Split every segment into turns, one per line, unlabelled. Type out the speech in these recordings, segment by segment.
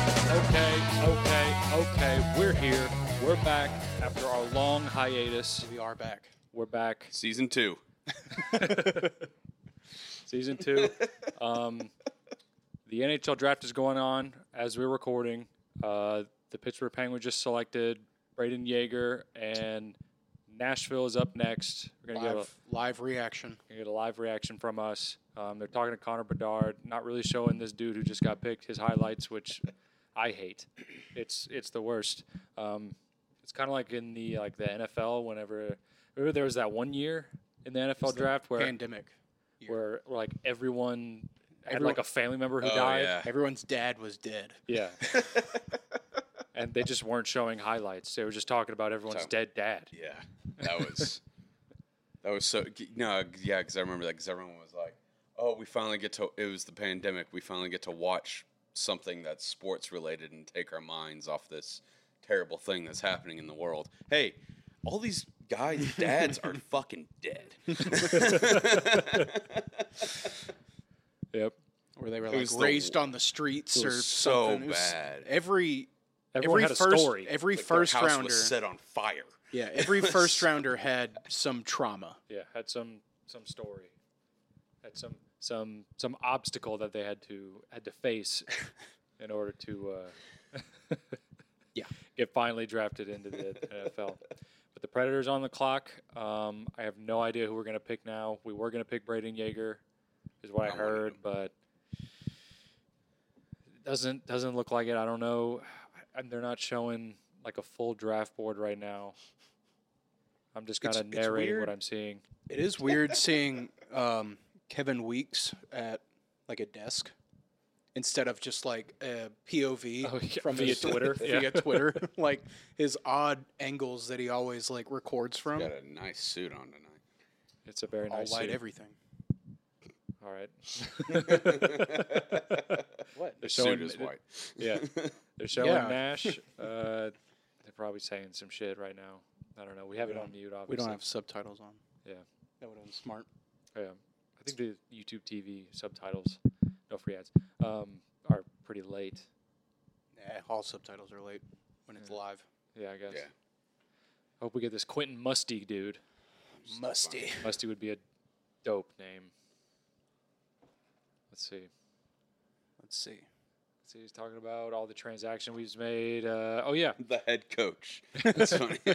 Okay, okay, okay. We're here. We're back after our long hiatus.
We are back.
We're back,
Season two.
season two. um, the NHL draft is going on as we're recording. Uh, the Pittsburgh Penguins just selected Braden Yeager, and Nashville is up next. We're gonna get a,
Live, live reaction.
You get a live reaction from us. Um, they're talking to Connor Bedard, not really showing this dude who just got picked his highlights, which I hate. It's it's the worst. Um, it's kind of like in the like the NFL. Whenever remember there was that one year in the NFL draft where
Pandemic.
where like everyone had
Everyone-
like a family member who
Oh,
died.
yeah.
Everyone's dad was dead.
Yeah. and they just weren't showing highlights. They were just talking about everyone's
Time.
dead dad.
Yeah, that was that was so g- no g- yeah because I remember that because everyone was like, oh, we finally get to it was the pandemic. We finally get to watch something that's sports related and take our minds off this terrible thing that's happening in the world. Hey, all these guys' dads are fucking dead.
Yep.
Where they were like
was the
raised
wo-
on the streets
it
or
was so
something. It was-
bad.
Every
Everyone
every
had a
first
story.
every
Like, their
first
house
rounder.
was set on fire.
Yeah, every first rounder had some trauma.
yeah had some some story had some some some obstacle that they had to had to face in order to uh,
Yeah.
get finally drafted into the NFL but the Predators on the clock um, I have no idea who we're gonna pick now we were gonna pick Braden Yeager is what I,
I wanted
heard
him.
but it doesn't doesn't look like it I don't know and they're not showing like a full draft board right now I'm just kind
It's-
of
it's
narrating what
weird.
I'm seeing
It is weird seeing um, Kevin Weeks at like a desk instead of just like a POV
Oh, yeah,
from
via
his-
Twitter, yeah.
via Twitter, like his odd angles that he always like records from.
Got a nice suit on tonight.
It's a very
All
nice
white
suit.
everything.
All right.
What?
they're
Suit
showing,
is white.
Yeah, they're showing
Yeah.
Nash. Uh, they're probably saying some shit right now. I don't know. We have it on
don't-
mute,
We
obviously.
don't have subtitles on.
Yeah.
That would have been smart.
Yeah. I think the YouTube TV subtitles, no free ads, um, are pretty late.
Yeah, Eh, all subtitles are late when it's live.
Yeah, I guess.
Yeah.
Hope we get this Quentin Musty dude.
Musty.
Musty would be a dope name. Let's see.
Let's see.
See, he's talking about all the transaction we've made. Uh, oh yeah,
The head coach. That's funny.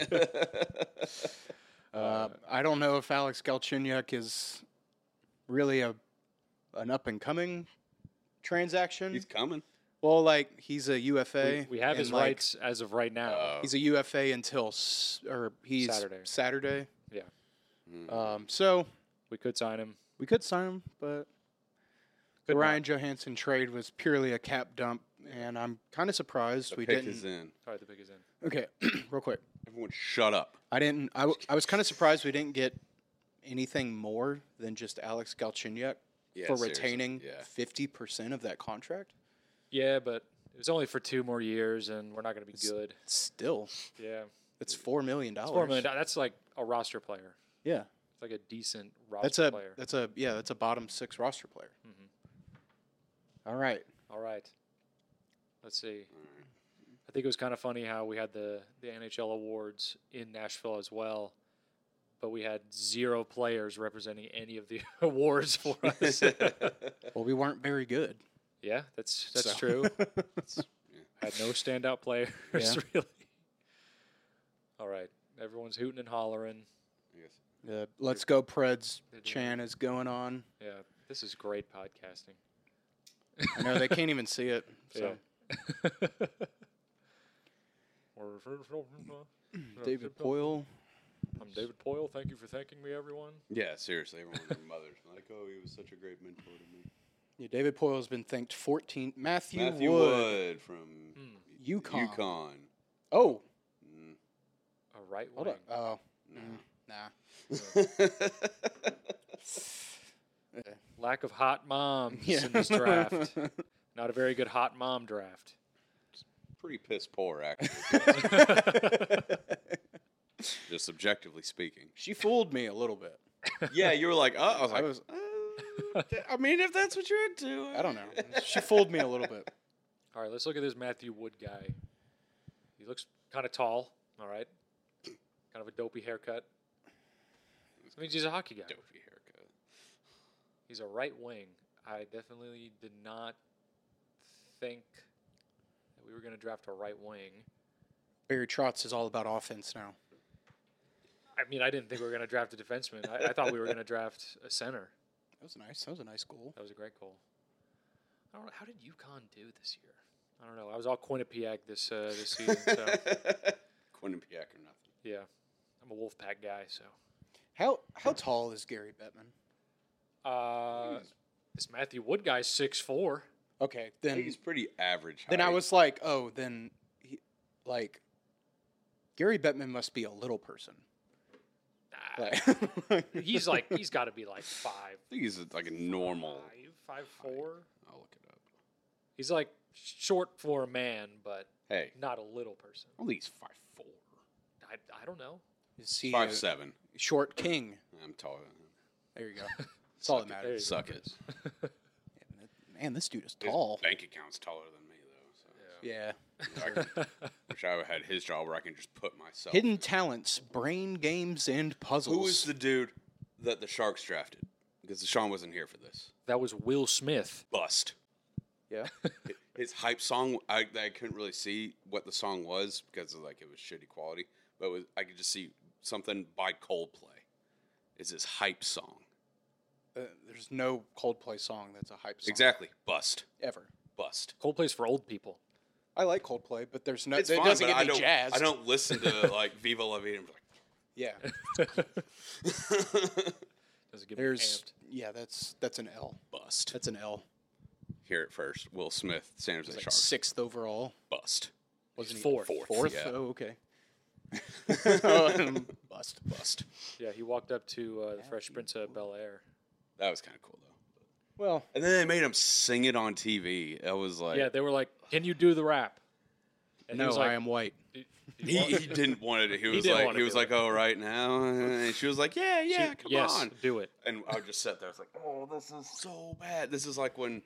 Uh, I don't know if Alex Galchenyuk is really a an up and coming transaction.
He's coming.
well, like he's a
we,
UFA.
we have
and,
his
like,
rights as of right now.
Uh,
He's a UFA until s- or he's
Saturday.
Saturday.
Yeah.
Hmm.
Um, so
We could sign him.
we could sign him, but the
Could not.
Ryan Johansson trade was purely a cap dump, and I'm kind of surprised
The
we
pick
didn't.
is in.
All right, the pick is in.
Okay, real quick.
Everyone, shut up.
I didn't. I, w- I was kind of surprised we didn't get anything more than just Alex Galchenyuk
Yeah,
for
seriously,
retaining
yeah.
fifty percent of that contract.
Yeah, but it was only for two more years, and we're not going to be good.
Still,
Yeah,
it's four million dollars.
four million. dollars. That's like a roster player.
Yeah,
It's like a decent roster
that's a
player.
that's a yeah that's a bottom six roster player.
Mm-hmm.
All right,
All right, let's see. I think it was kind of funny how we had the the NHL awards in Nashville as well, but we had zero players representing any of the awards for us.
well we weren't very good.
yeah, that's that's
So.
true. Had no standout players
Yeah.
really. All right, everyone's hooting and hollering.
I guess.
The Uh, Let's Go Preds
They're doing
Chan is going on.
Yeah, this is great podcasting.
I know they can't even see it. So David Poyle.
I'm David Poyle. Thank you for thanking me, everyone.
Yeah, seriously, everyone and their mothers like, oh, he was such a great mentor to me.
Yeah, David Poyle has been thanked 14. Matthew,
Matthew Wood,
Wood,
from
Hmm.
y-
Yukon.
Yukon.
Oh,
Mm,
A right
hold
wing.
on. Oh,
nah.
nah.
Lack of hot moms in this draft. Not a very good hot mom draft.
Pretty piss poor, actually, just objectively speaking.
she fooled me a little bit.
Yeah, you were like, uh, I was
I
like,
was,
uh, I mean, if that's what you're into,
I don't know. She fooled me a little bit.
All right, let's look at this Matthew Wood guy. He looks kind of tall. All right, kind of a dopey haircut. I mean, he's a hockey guy.
Dopey haircut.
He's a right wing. I definitely did not think that we were going to draft a right wing.
Barry Trotz is all about offense now.
I mean, I didn't think we were going to draft a defenseman. I, I thought we were going to draft a center.
That was nice. That was a nice goal.
That was a great goal. I don't know. How did UConn do this year? I don't know. I was all Quinnipiac this uh, this season. So
Quinnipiac or nothing.
yeah, I'm a Wolfpack guy. So
How how tall is Gary Bettman?
uh, this Matthew Wood guy's six four.
Okay,
I
then
think he's pretty average.
then I
height.
was like, oh, then he, like Gary Bettman must be a little person. Like,
He's like he's got to be like five
I think he's like a normal.
five five four.
I'll look it up.
He's like short for a man, but
Hey,
not a little person.
I think he's five four,
I, I don't know.
is he uh,
five
a
seven.
short king?
I'm taller. than him.
There you go. That's all that
There you
matters.
Suck it.
Man, this dude is
His
tall.
bank account's taller than me though.
Yeah.
So I could- wish I had his job where I can just put myself.
Hidden talents, brain games, and puzzles.
Who is the dude that the Sharks drafted? Because Deshaun wasn't here for this.
That was Will Smith.
Bust.
Yeah.
His hype song. I, I couldn't really see what the song was because of, like it was shitty quality, but it was, I could just see something by Coldplay. Is his hype song
Uh, there's no Coldplay song that's a hype song
exactly bust?
ever.
Bust.
Coldplay's for old people.
I like Coldplay, but there's no.
It's
it
fine,
doesn't
but
get
I
me
don't.
jazzed.
I don't listen to like Viva La Vida. And be
Yeah.
like,
Doesn't get me
There's.
amped.
Yeah, that's that's an L.
bust.
That's an L.
Here at first, Will Smith, San Jose
It's like
Sharks,
sixth overall.
bust.
Wasn't he
fourth.
Fourth.
yeah.
Oh, okay. Bust.
Bust.
Yeah, he walked up to uh, the Fresh Prince of Bel Air.
That was kind of cool though.
Well,
And then they made him sing it on TV. That was like,
Yeah, they were like, "Can you do the rap?" And
no,
he was like,
I am white.
"Do- do you
he,
want-
he didn't want to do. He was
didn't
like,
wanna
he was
do
like,
it.
oh, right now. And she was like, yeah, yeah, come
yes,
on.
do it."
And I would just sat there. I was like, oh, this is so bad. This is like when.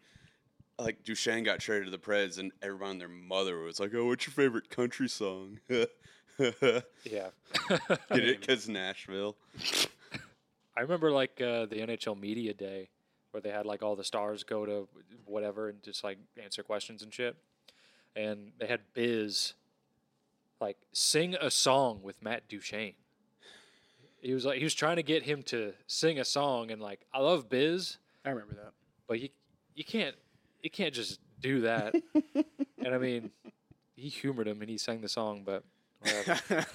Like Duchesne got traded to the Preds, and everyone and their mother was like, "Oh, what's your favorite country song?"
Yeah,
Get it? Because Nashville.
I remember like uh, the NHL media day where they had like all the stars go to whatever and just like answer questions and shit. And they had Biz like sing a song with Matt Duchesne. He was like he was trying to get him to sing a song and like I love Biz,
I remember that.
but you you can't you can't just do that. and I mean, he humored him and he sang the song, but whatever.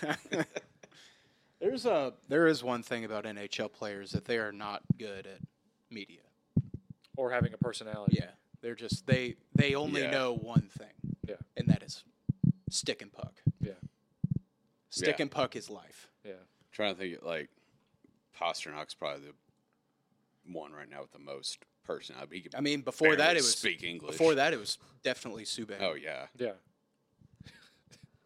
There's a there is one thing about NHL players that they are not good at media.
or having a personality.
Oh, Yeah, they're just they they only
Yeah.
know one thing,
Yeah.
and that is stick and puck.
Yeah.
Stick
Yeah.
and puck is life.
Yeah.
trying to think, like Pasternak's probably the one right now with the most person. I mean, he could
I mean, before that
barely
it was
speak English.
before that it was definitely Subban.
oh yeah,
Yeah.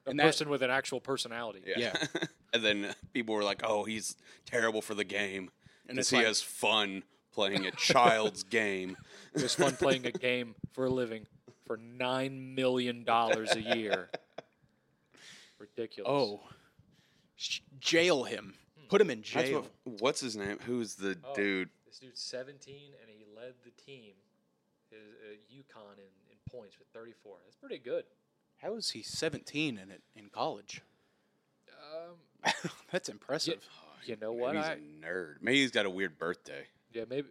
A
And that-
person with an actual personality.
yeah.
Yeah.
and then people were like, "Oh, he's terrible for the game,"
And
and
it's
he
like-
has fun playing a child's game.
It was fun playing a game for a living for nine million dollars a year. Ridiculous.
Oh, Sh- jail him. Put him in
That's
jail.
what, what's his name? Who's the
Oh.
dude?
this dude's 17 and he led the team, his uh, UConn in, in points with 34. That's pretty good.
How is he 17 in it in college?
Um,
That's impressive.
you know
Maybe
what?
he's
I,
a nerd. Maybe he's got a weird birthday.
yeah, maybe.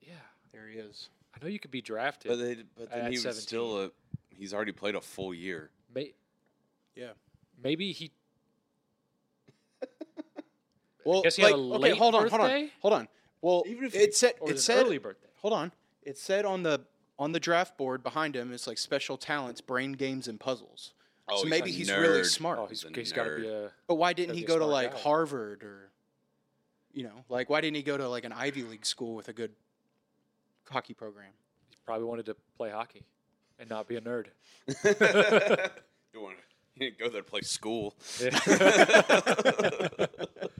Yeah,
There he is.
I know you could be drafted.
But they, but then
At
he was
17.
still a. He's already played a full year.
May,
Yeah.
maybe he.
Well,
guess he
like,
had a
okay,
late
hold on,
birthday?
hold on, hold on. Well,
Even if
it said
Or
it
his
said
early birthday.
hold on. It said on the on the draft board behind him it's like special talents, brain games, and puzzles.
Oh,
so
he's
maybe
a
he's really
nerd.
smart.
Oh, he's,
He's a
he's got to be a.
but why didn't
gotta
he
be a
go to
smart
like
guy.
Harvard or, you know, like why didn't he go to like an Ivy League school with a good hockey program?
He probably wanted to play hockey and not be a nerd.
You want to go there to play school?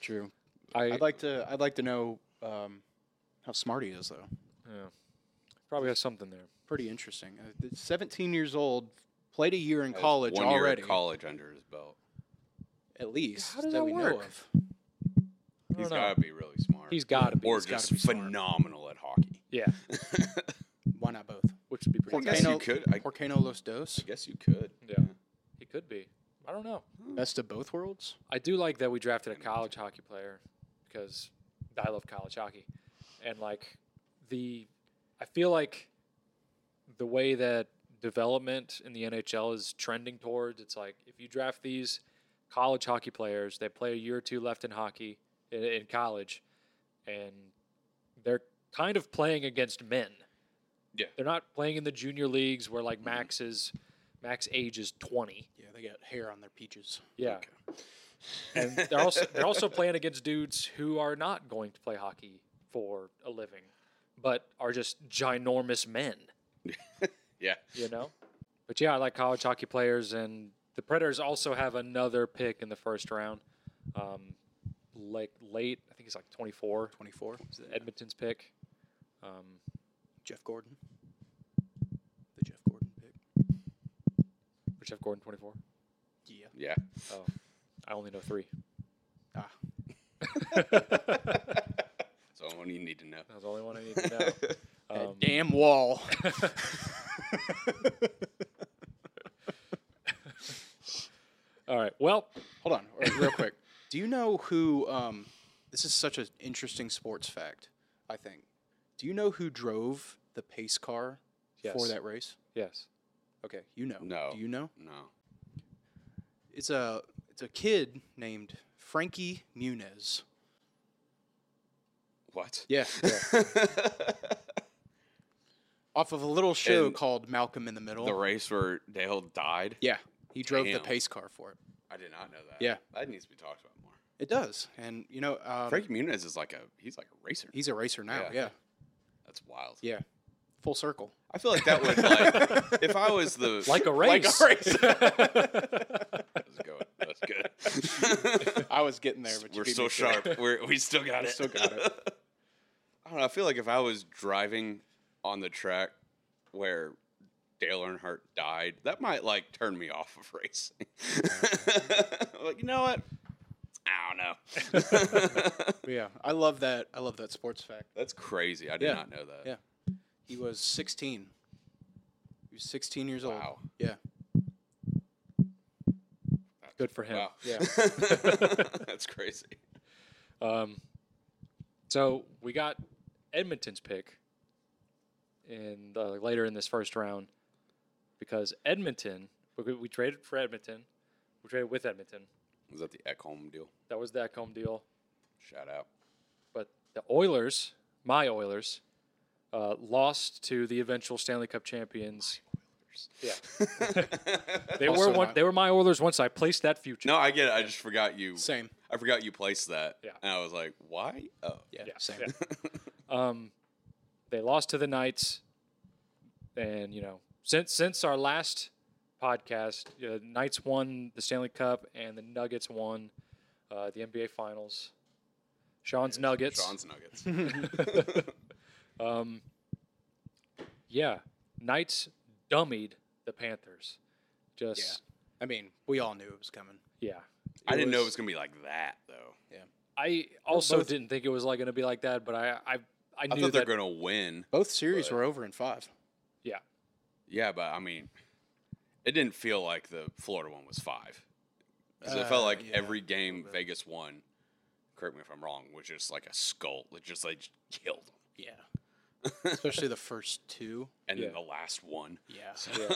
True.
I
I'd like to. I'd like to know um, how smart he is, though.
Yeah. Probably has something there.
Pretty interesting. Uh, th- 17 years old, played a year in
Has
college
one year
already,
of college under his belt.
at least
How does
that,
that
we know
work?
of.
I
He's
don't know.
got to be really smart.
He's got to be.
or
he's gotta
just
be smart.
phenomenal at hockey.
yeah,
Why not both?
which would be pretty.
I guess
Volcano-
you could. I
Porcano Los Dos,
guess you could.
Yeah. He could be. I don't know.
best of both worlds.
I do like that we drafted a college hockey player because I love college hockey. And like the I feel like the way that development in the NHL is trending towards, it's like if you draft these college hockey players, they play a year or two left in hockey in, in college and they're kind of playing against men.
Yeah.
They're not playing in the junior leagues where like Max is Max age is 20.
Yeah, they got hair on their peaches.
Yeah. And they're also they're also playing against dudes who are not going to play hockey for a living, but are just ginormous men,
Yeah.
you know? But yeah, I like college hockey players and the Predators also have another pick in the first round. Um, like late, I think it's like 24,
24.
Edmonton's pick. Um,
Jeff Gordon. The Jeff Gordon pick.
or Jeff Gordon 24.
Yeah.
Yeah.
Oh, I only know 3.
Ah,
That's
So all you need to know.
the only one I need to know.
that
Um,
damn wall.
all right. Well,
Hold on, or- real quick. Do you know who? Um, this is such an interesting sports fact. I think. Do you know who drove the pace car for
Yes.
that race?
yes.
Okay, you know.
No.
Do you know?
No.
It's a it's a kid named Frankie Muniz.
What?
Yeah. Off of a little show
And
called Malcolm in the Middle.
the race where Dale died.
yeah, he drove the
Damn.
pace car for it.
I did not know that.
Yeah.
That needs to be talked about more.
It does, and you know, um,
Frankie Muniz is like a he's like a racer.
he's a racer now.
Yeah.
yeah,
That's wild.
yeah. full circle.
I feel like that would like if I was the
Like a
Like
race.
a race.
race.
That's good. That's good.
I was getting there, but you
We're
beat me
still
to it.
sharp. We're, we still got
We
it.
still got it.
I don't know. I feel like if I was driving on the track where Dale Earnhardt died, that might like turn me off of racing. like you know what? I don't know.
But yeah, I love that. I love that sports fact.
That's crazy. I did
Yeah.
not know that.
Yeah. He was 16. He was 16 years old.
Wow.
Yeah.
Good for him.
Wow.
Yeah.
That's crazy.
Um, so we got Edmonton's pick in the, later in this first round because Edmonton we, we traded for Edmonton, we traded with Edmonton.
Was that the Ekholm deal?
That was that home deal.
Shout out.
But the Oilers, my Oilers, uh, lost to the eventual Stanley Cup champions. Yeah, they
Also
were one,
my-
they were my Oilers once I placed that future.
No, I get it. I just forgot you.
Same.
I forgot you placed that.
Yeah.
And I was like, why? Oh.
Yeah.
Yeah,
Same.
yeah. um, they lost to the Knights, and you know, since since our last podcast, uh, Knights won the Stanley Cup and the Nuggets won uh, the NBA Finals. Sean's Nuggets.
Sean's Nuggets.
Um, yeah, Knights dummied the Panthers. Just
I mean, we all knew it was coming.
yeah.
I didn't know it
was-
was gonna be like that though.
I also
both-
didn't think it was like going to be like that, but I I, I
I
knew
thought
that
they're gonna win.
Both series
But-
were over in five.
yeah.
Yeah, but I mean, it didn't feel like the Florida one was five. 'Cause it
Uh,
felt like
yeah,
every game Vegas won. Correct me if I'm wrong. Was just like a skull. It just like killed them,
Yeah. Especially the first two.
and
Yeah.
then the last one.
Yeah.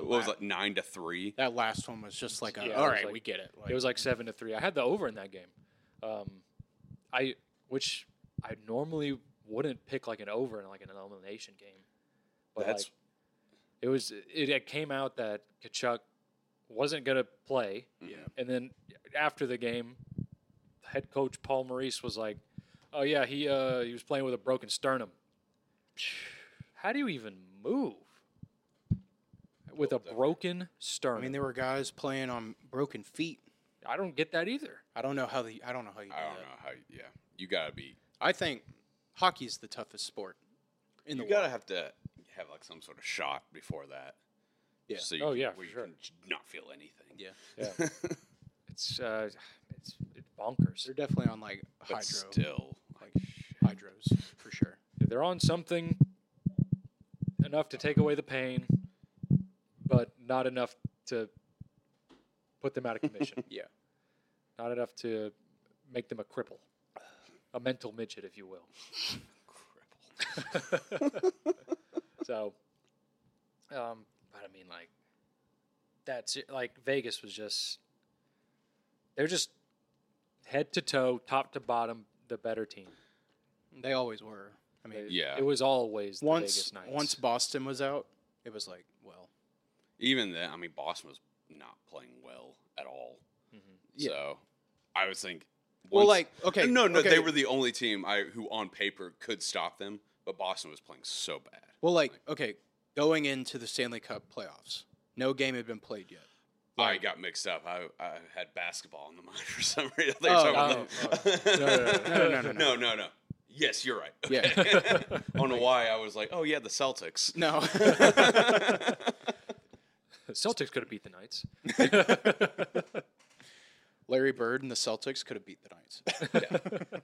what was
la-
like nine to three?
That last one was just like, a,
Yeah, it
all
was
right,
like-
we get it. Like,
It was like seven to three. I had the over in that game. Um, I which I normally wouldn't pick like an over in like an elimination game, but
That's
like, it was it, it came out that Kachuk wasn't gonna play,
yeah.
and then after the game, head coach Paul Maurice was like, "Oh yeah, he uh, he was playing with a broken sternum." How do you even move with a broken
I
sternum?
mean, there were guys playing on broken feet.
I don't get that either.
I don't know how the I don't know how you do
I don't
that.
know how. Yeah, you gotta be.
I think hockey's the toughest sport. in
you
the water.
gotta have to have like some sort of shot before that.
Yeah.
So you
Oh,
can-
yeah, for
where you
sure.
can j- not feel anything.
Yeah.
Yeah. It's uh, it's it's bonkers.
They're definitely on like
but
hydro
still, like,
hydros for sure.
They're on something enough to take away the pain, but not enough to put them out of commission.
Yeah.
Not enough to make them a cripple, a mental midget, if you will.
crippled.
So, um, but I mean, like, that's it. like Vegas was just, they're just head to toe, top to bottom, the better team.
They always were. I mean,
Yeah.
It was always the
once
Vegas Knights.
once Boston was out, it was like, well,
Even then, I mean, Boston was not playing well at all.
Yeah.
So I would think.
Mm-hmm. well,
once-
like okay,
no, no,
okay.
they were the only team I who on paper could stop them, but Boston was playing so bad.
Well, like okay, going into the Stanley Cup playoffs, no game had been played yet.
I got mixed up. I, I had basketball in the mind for some reason. I
Oh,
think
Oh,
no,
no, no, no, no,
no, no, no. Yes, you're right.
Yeah.
I don't know why I was like, oh yeah, the Celtics.
No,
the Celtics could have beat the Knights.
Larry Bird and the Celtics could have beat the Knights.
Definitely.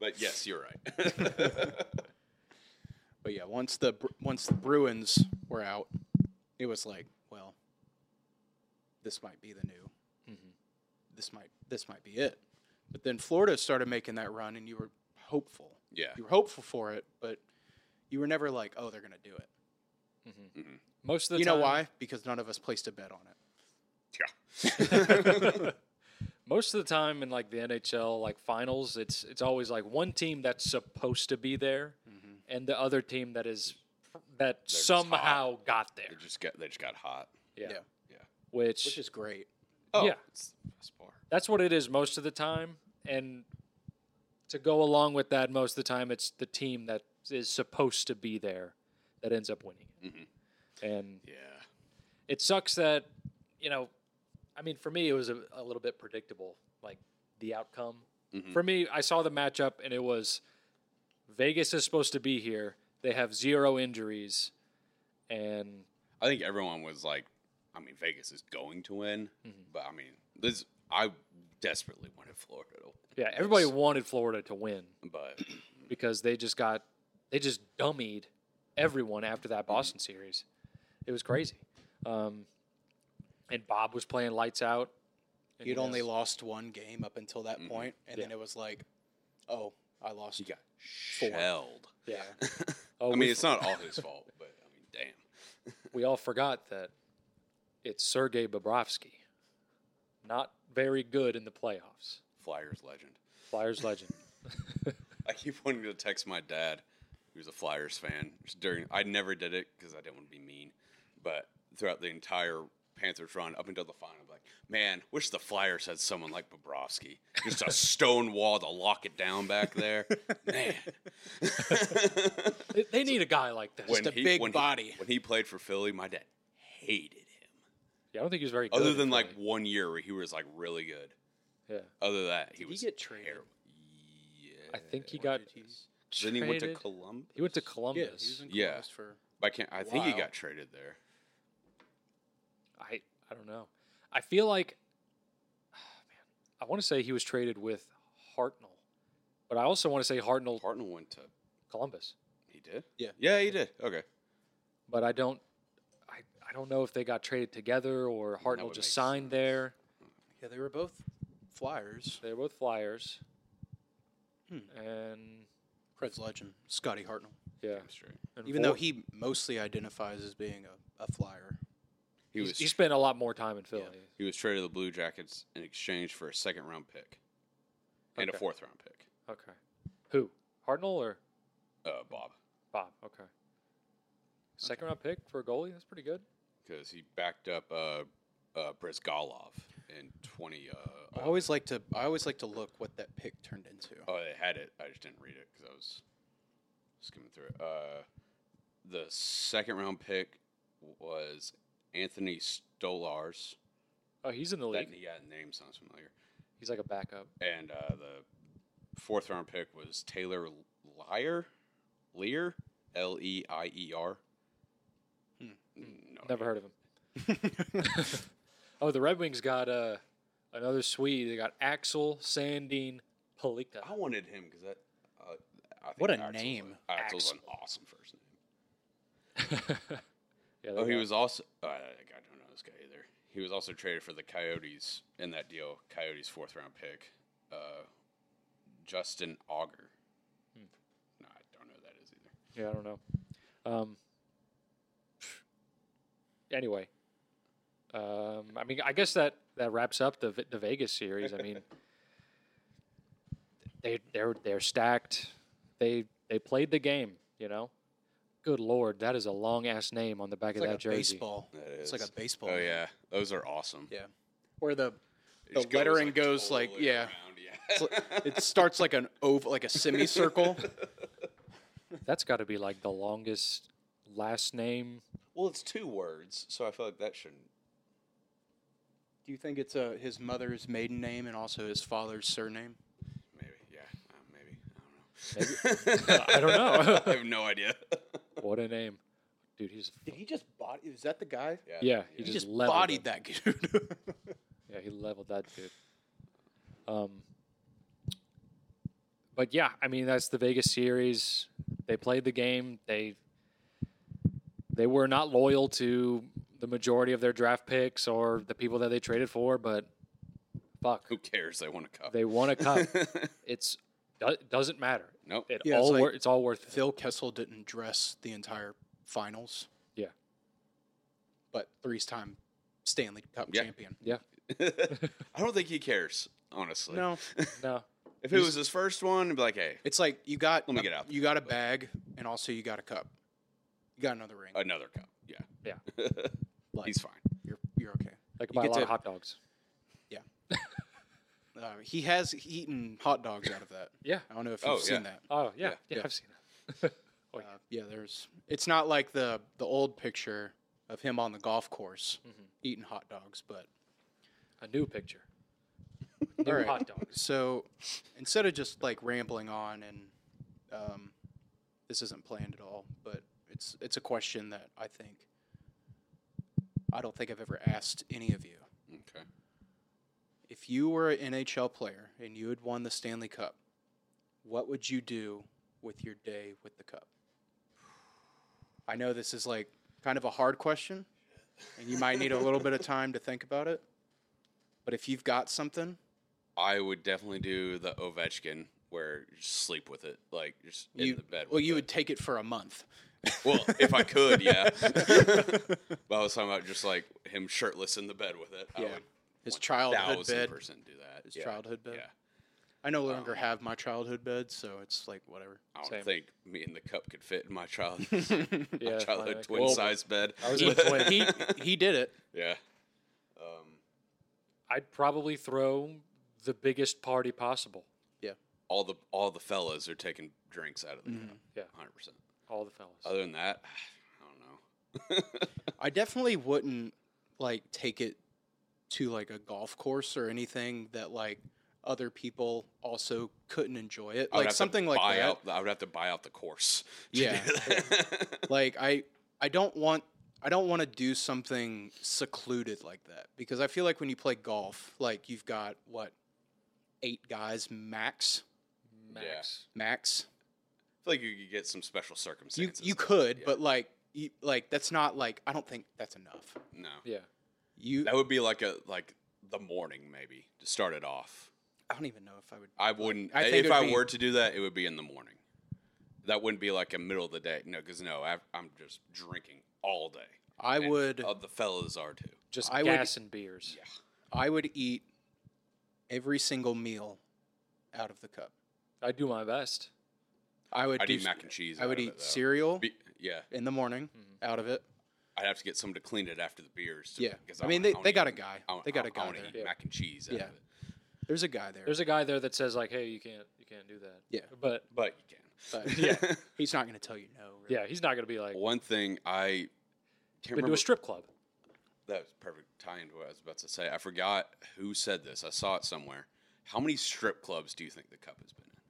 But yes, you're right.
but yeah, once the Bru- once the Bruins were out, it was like, well, this might be the new.
Mm-hmm.
This might this might be it. But then Florida started making that run, and you were hopeful.
yeah,
You were hopeful for it, but you were never like, oh, they're gonna do it.
Most of the
You
time,
know why? Because none of us placed a bet on it.
most of the time in like the NHL like finals, it's it's always like one team that's supposed to be there, and the other team that is that
just
somehow got there.
they just got they just got hot.
Yeah.
yeah.
Yeah.
Which,
Which is great.
Oh,
Yeah.
it's the best part.
that's what it is most of the time, and to go along with that, most of the time it's the team that is supposed to be there that ends up winning. And
Yeah.
it sucks that you know i mean for me it was a, a little bit predictable like the outcome
Mm-hmm.
for me i saw the matchup and it was vegas is supposed to be here they have zero injuries and
I think everyone was like, I mean, Vegas is going to win,
Mm-hmm.
but I mean, this I desperately wanted Florida to win,
yeah everybody wanted florida to win
but
because they just got they just dummied everyone after
Mm-hmm.
that boston series it was crazy um, and bob was playing lights out and,
You'd
you know,
only lost one game up until that point, and then
Yeah.
it was like, oh, I lost.
he got
Four.
shelled.
yeah
I
oh,
mean,
we
it's not all his fault, but I mean, damn.
we all forgot that it's Sergei Bobrovsky, not very good in the playoffs.
Flyers legend.
Flyers legend.
I keep wanting to text my dad, who's a Flyers fan. just During I never did it because I didn't want to be mean, but throughout the entire Panthers run up until the final, I'm like, man, wish the Flyers had someone like Bobrovsky, just a stone wall to lock it down back there. Man,
they, they need a guy like this.
when
a big
when
body.
when he played for Philly, my dad hated him.
yeah, I don't think he was very good.
Other
in
than like
Philly.
one year where he was like really good.
yeah,
Other than that, he was
get traded?
terrible.
I
Yeah.
think he got.
Then he went to
traded.
Columbus.
He went to
Yeah,
Columbus.
he was in
Yeah.
Columbus for.
I can't. I think he
Wow.
got traded there.
I I don't know. I feel like, man, I want to say he was traded with Hartnell, but I also want to say Hartnell
Hartnell went to.
Columbus.
He did.
Yeah.
Yeah, he did. Okay.
But I don't. I, I don't know if they got traded together or Hartnell
would
just
make
signed there.
Yeah, they were both Flyers.
They were both Flyers.
Hmm.
And
Fred's legend, Scotty Hartnell.
yeah,
I'm straight.
and
Even though
Vol-
he mostly identifies as being a, a Flyer.
He
he's-
was
he spent a lot more time in Philly.
he was traded to the Blue Jackets in exchange for a second round pick and a
Okay.
fourth round pick.
Okay, who Hartnell or
Uh, Bob,
Bob? Okay, second round pick for a goalie. That's pretty good.
because he backed up uh, uh, Brizgalov in 20. Uh,
I always like to. I always like to look what that pick turned into.
oh, they had it. I just didn't read it because I was skimming through it. Uh, the second round pick was Anthony Stolars.
Oh, he's in the
That
league.
yeah, name sounds familiar.
He's like a backup.
and uh, the fourth round pick was Taylor Liar, Lear, L E I E R.
Hmm.
No,
Never heard of him. Oh, the Red Wings got uh, another Swede. They got Axel Sandin Palika.
I wanted him because that. Uh, I think
What a
Axel's
name.
Axel's an
Axel.
awesome first name.
yeah,
Oh,
they
he
got-
was also. Uh, I don't know this guy either. He was also traded for the Coyotes in that deal. Coyotes fourth round pick, uh, Justin Auger.
Hmm.
No, I don't know who that is either.
Yeah, I don't know. Um, anyway, um, I mean, I guess that, that wraps up the Ve- the Vegas series. I mean, they they're they're stacked. They they played the game. You know, good lord, that is a long ass name on the back
It's
of
like
that
a
jersey.
baseball.
That
It's like
is.
a baseball.
Oh
name.
yeah, those are awesome.
Yeah. Where the
It
the
just
lettering goes, like,
totally
yeah.
around, yeah.
it starts like an oval, like a semicircle.
That's got to be like the longest last name.
well, it's two words, so I feel like that shouldn't.
Do you think it's uh, his mother's maiden name and also his father's surname?
Maybe, yeah, uh, maybe.
Maybe.
I don't
I
know.
don't know.
I have no idea.
What a name, dude. He's
Did he just body? Is that the guy?
yeah. He
yeah.
just,
He just
leveled him.
bodied that dude.
Yeah, he leveled that dude. Um, but yeah, I mean that's the Vegas series. They played the game. They they were not loyal to the majority of their draft picks or the people that they traded for, but fuck,
Who cares? They want a cup.
they won a cup. it's do- doesn't matter.
nope.
It
Yeah, it's
all
like-
wor- it's all worth it.
Phil Kessel didn't dress the entire finals.
Yeah.
But three-time Stanley Cup
Yeah.
champion.
I don't think he cares, honestly.
No,
No,
If it was his first one, he'd be like, hey,
it's like you got
Let me
a-
get out
you got a bag and also you got a cup. You got another ring.
another cup. Yeah.
Yeah.
Like,
Uh, He's fine.
you're you're okay.
they could
You
buy a
get
lot
to-
of hot dogs.
Uh, he has eaten hot dogs out of that.
Yeah.
I don't know if you've
Oh,
seen
yeah.
that.
Oh yeah, yeah.
Yeah,
yeah.
I've seen it. Oh,
Uh,
yeah.
yeah, there's. It's not like the the old picture of him on the golf course eating hot dogs, but
A new picture. New
All right.
hot dogs.
so instead of just like rambling on and um, this isn't planned at all, but it's it's a question that I think I don't think I've ever asked any of you.
Okay.
If you were an NHL player and you had won the Stanley Cup, what would you do with your day with the cup? I know this is like kind of a hard question, and you might need a little bit of time to think about it. But if you've got something,
I would definitely do the Ovechkin where you just sleep with it, like just
You-
in the bed.
well,
with
you
it.
would take it for a month.
Well, if I could, yeah. but I was talking about just like him shirtless in the bed with it. I
Yeah.
would
His childhood
thousand
bed.
percent do that.
His
yeah.
childhood bed.
Yeah.
I no longer have my childhood bed, so it's like whatever.
I don't
Same.
think me and the cup could fit in my child, my
Yeah, mine
childhood
are-
twin
Well,
size bed.
I was
He,
in twin.
he, he did it.
yeah. Um,
I'd probably throw the biggest party possible.
All the all the fellas are taking drinks out of the
Mm-hmm.
cup.
Yeah.
Hundred percent.
All the fellas.
Other than that, I don't know.
I definitely wouldn't like take it to like a golf course or anything that like other people also couldn't enjoy it.
I would
Like
have to
something like
buy
that.
Out, I would have to buy out the course. to
Yeah.
do that.
Like I I don't want I don't want to do something secluded like that because I feel like when you play golf, like you've got what eight guys max
Max.
max.
I feel like you could get some special
You
circumstances.
you could,
yeah.
but like you, like that's not like I don't think that's enough.
no.
Yeah.
You
That would be like a like the morning maybe to start it off.
I don't even know if I would
I wouldn't.
I think it
if
would
I
be-
were to do that, it would be in the morning. That wouldn't be like a middle of the day. No, because no, I, I'm just drinking all day.
I
And
would
Uh, the fellas are too.
Just
I would-
gas and beers.
I would eat every single meal out of the cup.
I'd do my best.
I would
I'd
do
eat mac and cheese.
I would
out of
eat
it, though.
cereal
Be- yeah,
in the morning
Mm-hmm.
out of it.
I'd have to get someone to clean it after the beers. To,
Yeah.
'cause
I mean,
wanna-
they,
wanna
they
eat-
got a guy.
I wanna-
They got a
I
guy
wanna eat
there.
Yeah.
mac and cheese. Out
Yeah.
of it.
There's a guy there.
There's a guy there that says like, "Hey, you can't, you can't do that."
Yeah.
But
but you can.
but
Yeah.
he's not going to tell you no. really.
yeah, he's not gonna be like,
One thing I can't
"Been to
remember.
a strip club."
That was perfect tie into what I was about to say. I forgot who said this. I saw it somewhere. How many strip clubs do you think the cup has been in?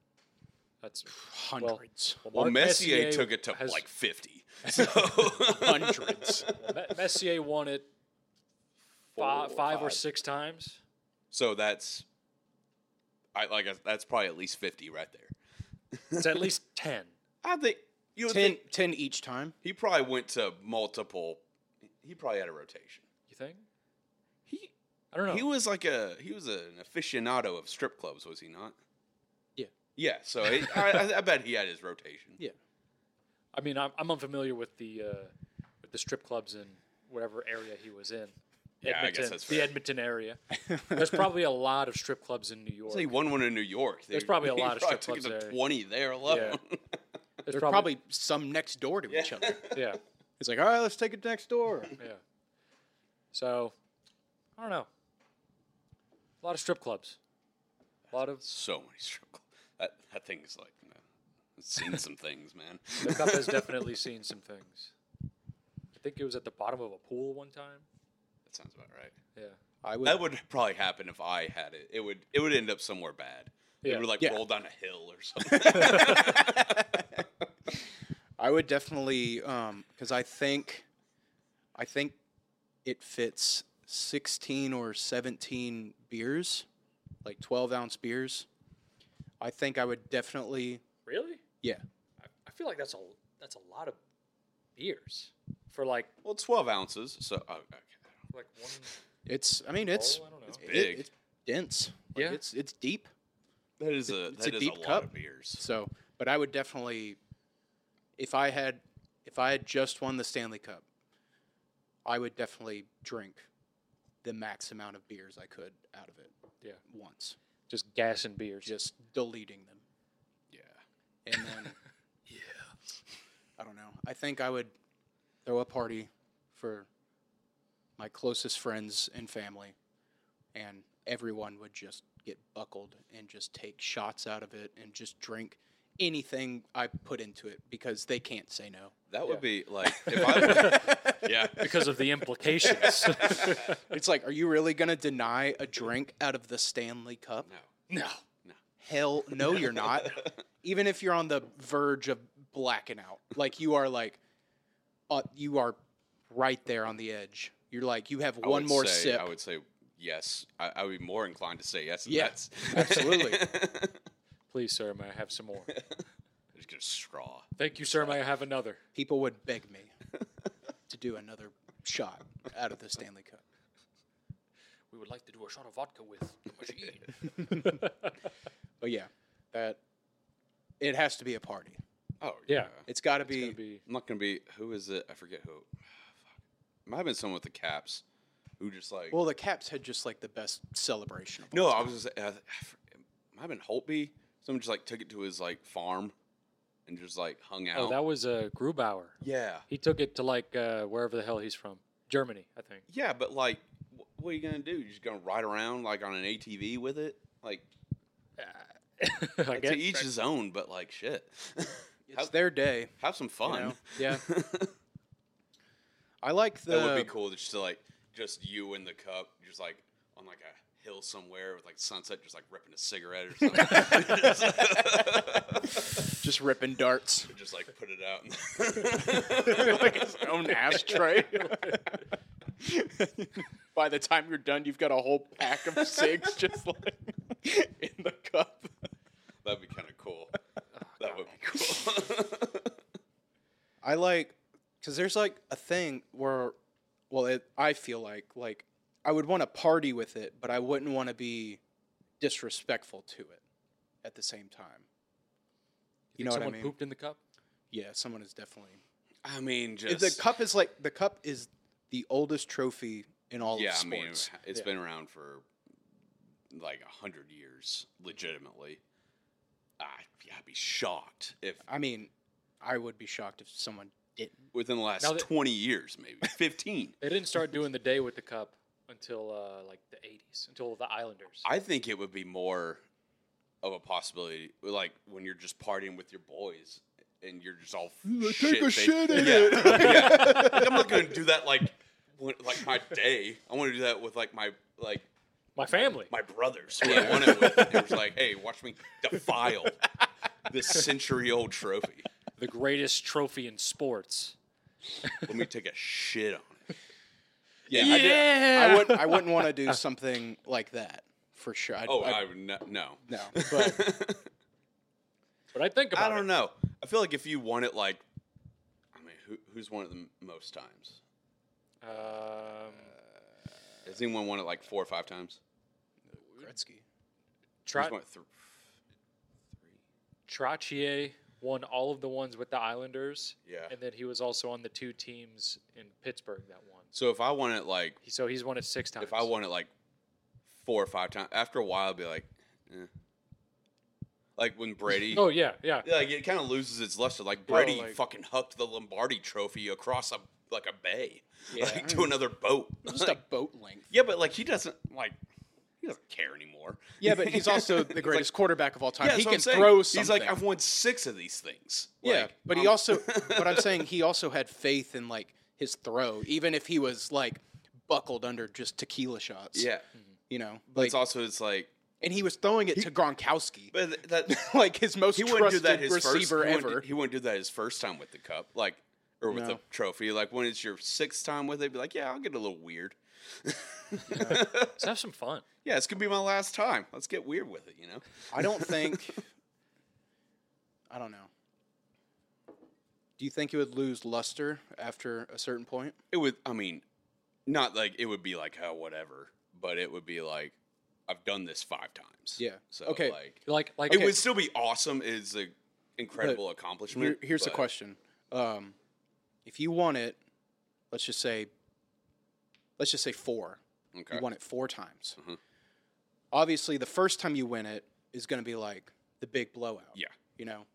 That's
Hundreds.
Well,
Mark
Messier, took it to
has-
like 50. So
Hundreds.
Me- Messier won it
Four
five, five or
five.
six times.
So that's I like I- that's probably at least 50 right there.
It's at least ten.
I think you would
Ten,
think
ten each time.
he probably went to multiple he probably had a rotation.
You think?
He
I don't know.
he was like a he was an aficionado of strip clubs, was he not?
Yeah.
Yeah, so he, I, I- I bet he had his rotation.
Yeah.
I mean, I'm, I'm unfamiliar with the uh, with the strip clubs in whatever area he was in.
Yeah, I guess
Edmonton,
that's
the
fair.
Edmonton area. There's probably a lot of strip clubs in New York.
So he won one in New York.
There's
They-
probably a
he
lot of
probably
strip
took it
clubs
to
there.
20 there alone.
There's
They're probably some next door to each other.
yeah,
It's like, all right, let's take it next door.
yeah. So I don't know. A lot of strip clubs. A lot of
So many strip clubs. That, that thing is like, no. I've seen some things, man.
the cup has definitely seen some things. I think it was at the bottom of a pool one time.
That sounds about right.
Yeah.
I would.
That would probably happen if I had it. It would it would end up somewhere bad.
Yeah.
It would like
Yeah.
roll down a hill or something.
I would definitely, because I think, I think, it fits sixteen or seventeen beers, like twelve ounce beers. I think I would definitely,
Really?
yeah,
I, I feel like that's a that's a lot of beers for like
well, twelve ounces. So oh, okay.
like one.
it's. I mean, it's
bowl? Oh, I don't know.
it's
It's big.
it's dense. Like,
Yeah.
it's it's deep.
that is a
It's
that
a
is
deep
a lot
cup.
of beers.
So, but I would definitely, if I had, if I had just won the Stanley Cup, I would definitely drink the max amount of beers I could out of it.
Yeah.
Once,
just gas and beers.
just deleting them,
Yeah,
and then, yeah, I don't know. I think I would throw a party for my closest friends and family, and everyone would just get buckled and just take shots out of it and just drink anything I put into it because they can't say no.
that would be like if I yeah
because of the implications.
It's like, are you really going to deny a drink out of the Stanley Cup?
no
no.
Hell no, you're not. Even if you're on the verge of blacking out, like you are like, uh, you are right there on the edge. You're like, you have
I
one
would
more
say-
sip.
I would say yes. I, I would be more inclined to say yes. than
Yeah,
that's,
absolutely.
Please, sir, may I have some more?
Just get a straw.
Thank you, sir. May I have another?
People would beg me to do another shot out of the Stanley Cup.
We would like to do a shot of vodka with the machine.
But yeah, that it has to be a party.
Oh
Yeah.
It's got to
It's
be,
gonna be-
I'm not gonna be. Who is it? I forget who. Fuck. Might have been someone with the caps, who just like.
Well, the Caps had just like the best celebration. Of all
no,
time.
I was. Just, uh, I f- might have been Holtby. Someone just like took it to his like farm, and just like hung out.
oh, that was uh, Grubauer.
yeah,
He took it to like uh, wherever the hell he's from, Germany, I think.
yeah, but like, wh- what are you gonna do? You're just gonna ride around like on an ATV with it? Like
I
to
guess-
each his own, but like shit.
it's
have,
their day.
have some
you
fun.
know? Yeah, I like the.
That would be cool. Just to like just you in the cup, just like on like a hill somewhere with like sunset, just like ripping a cigarette or something.
Just ripping darts.
just like put it out.
like his own ashtray. By the time you're done, you've got a whole pack of cigs just like in the cup.
That'd be kind of cool. that would be cool.
I like because there's like a thing where, well, it, I feel like like I would want to party with it, but I wouldn't want to be disrespectful to it at the same time.
think
You know what I
someone
mean?
pooped in the cup?
Yeah, someone is definitely.
I mean,
If
just
The cup is like the cup is the oldest trophy in all
yeah.
of
I mean,
sports.
it's
Yeah.
been around for like a hundred years, legitimately. I, I'd be shocked if
I mean, I would be shocked if someone did.
within the last
Now that-
twenty years, maybe fifteen.
They didn't start doing the day with the cup until uh, like the 80s, until the Islanders.
I think it would be more of a possibility, like when you're just partying with your boys and you're just all
Like,
shit
take a shit in
yeah,
it.
yeah. Like, I'm not gonna do that like when, like my day. I want to do that with like my like
My family.
my brothers who I want it with. It was like, hey, watch me defile. this century old trophy.
the greatest trophy in sports.
Let me take a shit on it.
Yeah, I, did, I wouldn't. I wouldn't want to do something like that for sure. I'd,
Oh,
I'd-
I, would no, no.
no, but
But I think
I
about
don't
it.
know. I feel like if you won it, like, I mean, who, who's won it the m- most times?
Um,
Has anyone won it like four or five times?
Gretzky.
Who's
Trot-
won it th-
Trottier won all of the ones with the Islanders.
Yeah.
And then he was also on the two teams in Pittsburgh that won.
So if I won it like,
He- So he's won it six times.
if I won it like four or five times, after a while, I'd be like, eh. like when Brady.
Oh, yeah, yeah.
Yeah, Like it kind of loses its luster. Like Brady
Oh, like-
fucking hucked the Lombardi Trophy across a like a bay,
Yeah.
like to another boat.
Just a
Like,
boat length.
yeah, but like he doesn't like he doesn't care anymore.
Yeah, but he's also the greatest quarterback of all time.
yeah,
he
that's what
can
I'm saying.
throw something.
He's like I've won six of these things.
yeah,
Like,
but he
I'm-
also. but I'm saying he also had faith in like his throw, even if he was like buckled under just tequila shots.
yeah.
you know,
But
like,
it's also it's like
and he was throwing it to Gronkowski,
but th- that
like his most
he wouldn't do
trusted
that his first, he
receiver
wouldn't do-
ever.
he wouldn't do that his first time with the cup, like or with the
No.
trophy. Like when it's your sixth time with it, be like, yeah, I'll get a little weird.
Let's have some fun.
Yeah, it's gonna be my last time. Let's get weird with it, you know.
I don't think. I don't know. Do you think it would lose luster after a certain point?
It would. I mean, not like it would be like how whatever, but it would be like I've done this five times.
Yeah.
So
Okay.
Like
Like, like
it would still be awesome. It's an incredible accomplishment.
Here- here's the
but-
question: um, If you won it, let's just say, let's just say four.
Okay.
You won it four times.
Mhm.
Obviously, the first time you win it is going to be like the big blowout.
Yeah.
You know,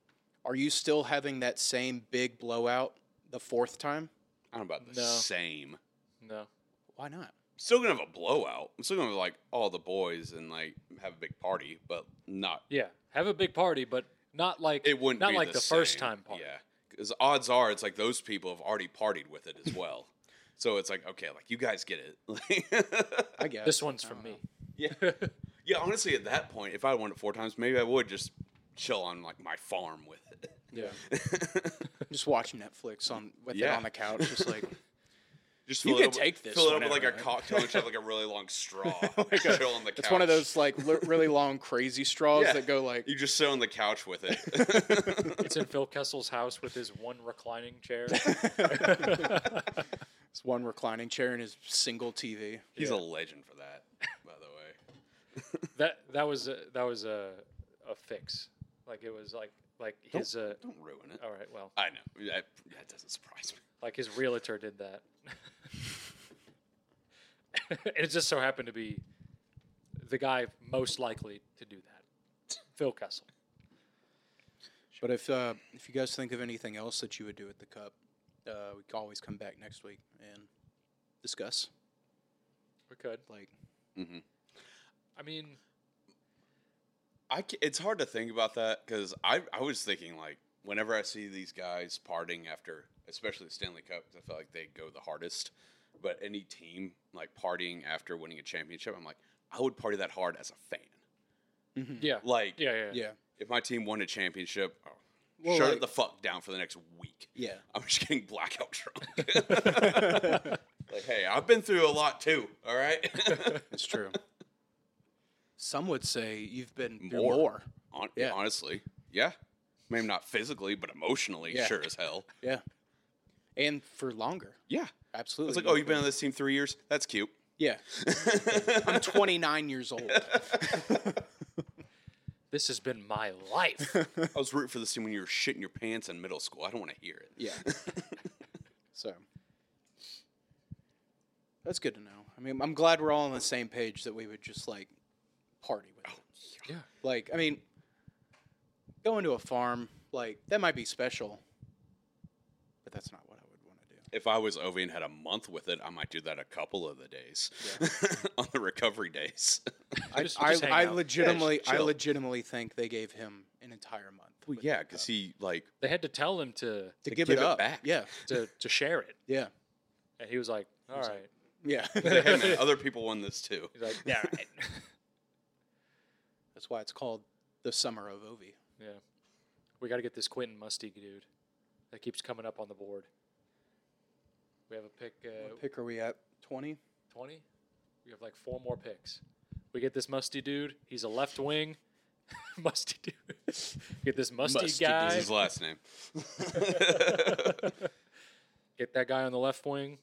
are you still having that same big blowout the fourth time?
I don't know about the
No.
same.
no.
Why not?
Still gonna have a blowout. I'm still gonna have like all the boys and like have a big party, but not.
Yeah. Have a big party, but not like
It wouldn't
not
be
like the, first
same.
time party.
Yeah. Because odds are, it's like those people have already partied with it as well. so it's like okay, like you guys get it.
I guess
This one's
I
from
don't
me.
know.
Yeah. yeah, honestly, at that point, if I won it four times, maybe I would just chill on like my farm with it.
Yeah.
Just watch Netflix on with it
Yeah.
on the couch, just like
Just
You
fill it
could
up-
take this
Fill it up with like
whenever,
a
right?
cocktail and have like a really long straw.
a-
chill on the couch.
it's one of those like l- really long crazy straws
Yeah.
that go like
You just sit on the couch with it.
It's in Phil Kessel's house with his one reclining chair.
it's one reclining chair and his single TV.
He's a legend for that, by the way.
that that was a, that was a a fix. Like it was like like his uh,
Don't ruin it.
all right, well,
I know. That, that doesn't surprise me.
like his realtor did that. and it just so happened to be the guy most likely to do that. Phil Kessel.
But if uh, if you guys think of anything else that you would do at the cup, uh, we can always come back next week and discuss.
We could.
Like
Mm-hmm.
I mean,
I ca- it's hard to think about that because I, I was thinking like whenever I see these guys parting after, especially the Stanley Cup, 'cause I feel like they go the hardest. But any team like partying after winning a championship, I'm like, I would party that hard as a fan. Mm-hmm.
yeah.
Like,
Yeah, yeah.
yeah,
if my team won a championship, oh,
Well,
shut
like-
it the fuck down for the next week.
yeah.
I'm just getting blackout drunk. like, hey, I've been through a lot too. All right.
It's true. Some would say you've been through
More.
more.
Hon-
Yeah.
Honestly, yeah. Maybe not physically, but emotionally,
Yeah.
sure as hell.
Yeah. And for longer.
Yeah.
Absolutely.
It's like, oh, you've been on this team three years. That's cute.
Yeah. I'm 29 years old.
This has been my life.
I was rooting for this team when you were shitting your pants in middle school. I don't want to hear it.
Yeah. So that's good to know. I mean, I'm glad we're all on the same page that we would just like party with. it.
yeah.
Like, I mean, going to a farm, like, that might be special, but that's not what I would want to do.
If I was Ovi and had a month with it, I might do that a couple of the days on the recovery days.
I,
Just-
I,
just hang
I
out.
legitimately, I
chill.
legitimately think they gave him an entire month.
Well,
with-
yeah, because he like
They had to tell him to
to
to, give,
give
it
it
up.
back.
Yeah,
to, to share it.
yeah,
And he was like, "All right."
yeah.
hey, man, other people won this too.
He's like, "Yeah." right."
That's why it's called the summer of Ovi.
yeah. We got to get this Quentin Mustique dude that keeps coming up on the board. We have a pick. Uh,
What pick are we at? 20?
20. We have like four more picks. We get this musty dude. He's a left wing. musty dude. get this musty,
Mustard
guy.
is his last name.
get that guy on the left wing.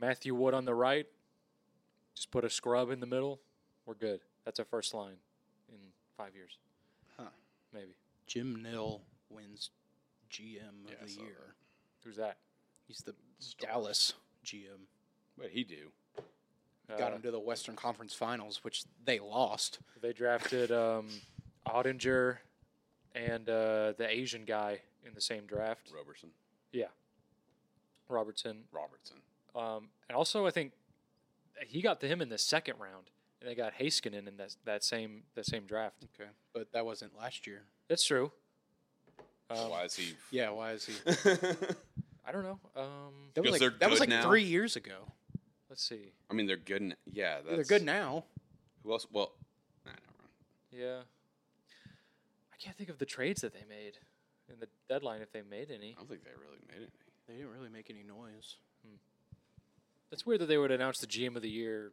Matthew Wood on the right. Just put a scrub in the middle. We're good. That's our first line in five years.
Huh.
Maybe.
Jim Nill wins GM of
Yeah, I
the
saw
year.
that.
Who's that?
He's the Dallas GM.
What he do?
Got
Uh,
him to the Western Conference Finals, which they lost.
They drafted um, Ottinger and uh, the Asian guy in the same draft,
Robertson.
Robertson.
Robertson.
Um, and also, I think he got to him in the second round, and they got Haskinen in that that same that same draft.
Okay. But that wasn't last year.
That's true. Um,
Why is he?
Yeah, why is he?
I don't know. Um,
That
Because
was like,
they're
that was
good
like
now?
three years ago.
let's see.
I mean, they're good. N- yeah, that's,
Yeah, they're good now.
Who else? Well, nah, never
Yeah,
mind.
I can't think of the trades that they made in the deadline if they made any.
I don't think they really made any.
They didn't really make any noise.
That's weird that they would announce the GM of the year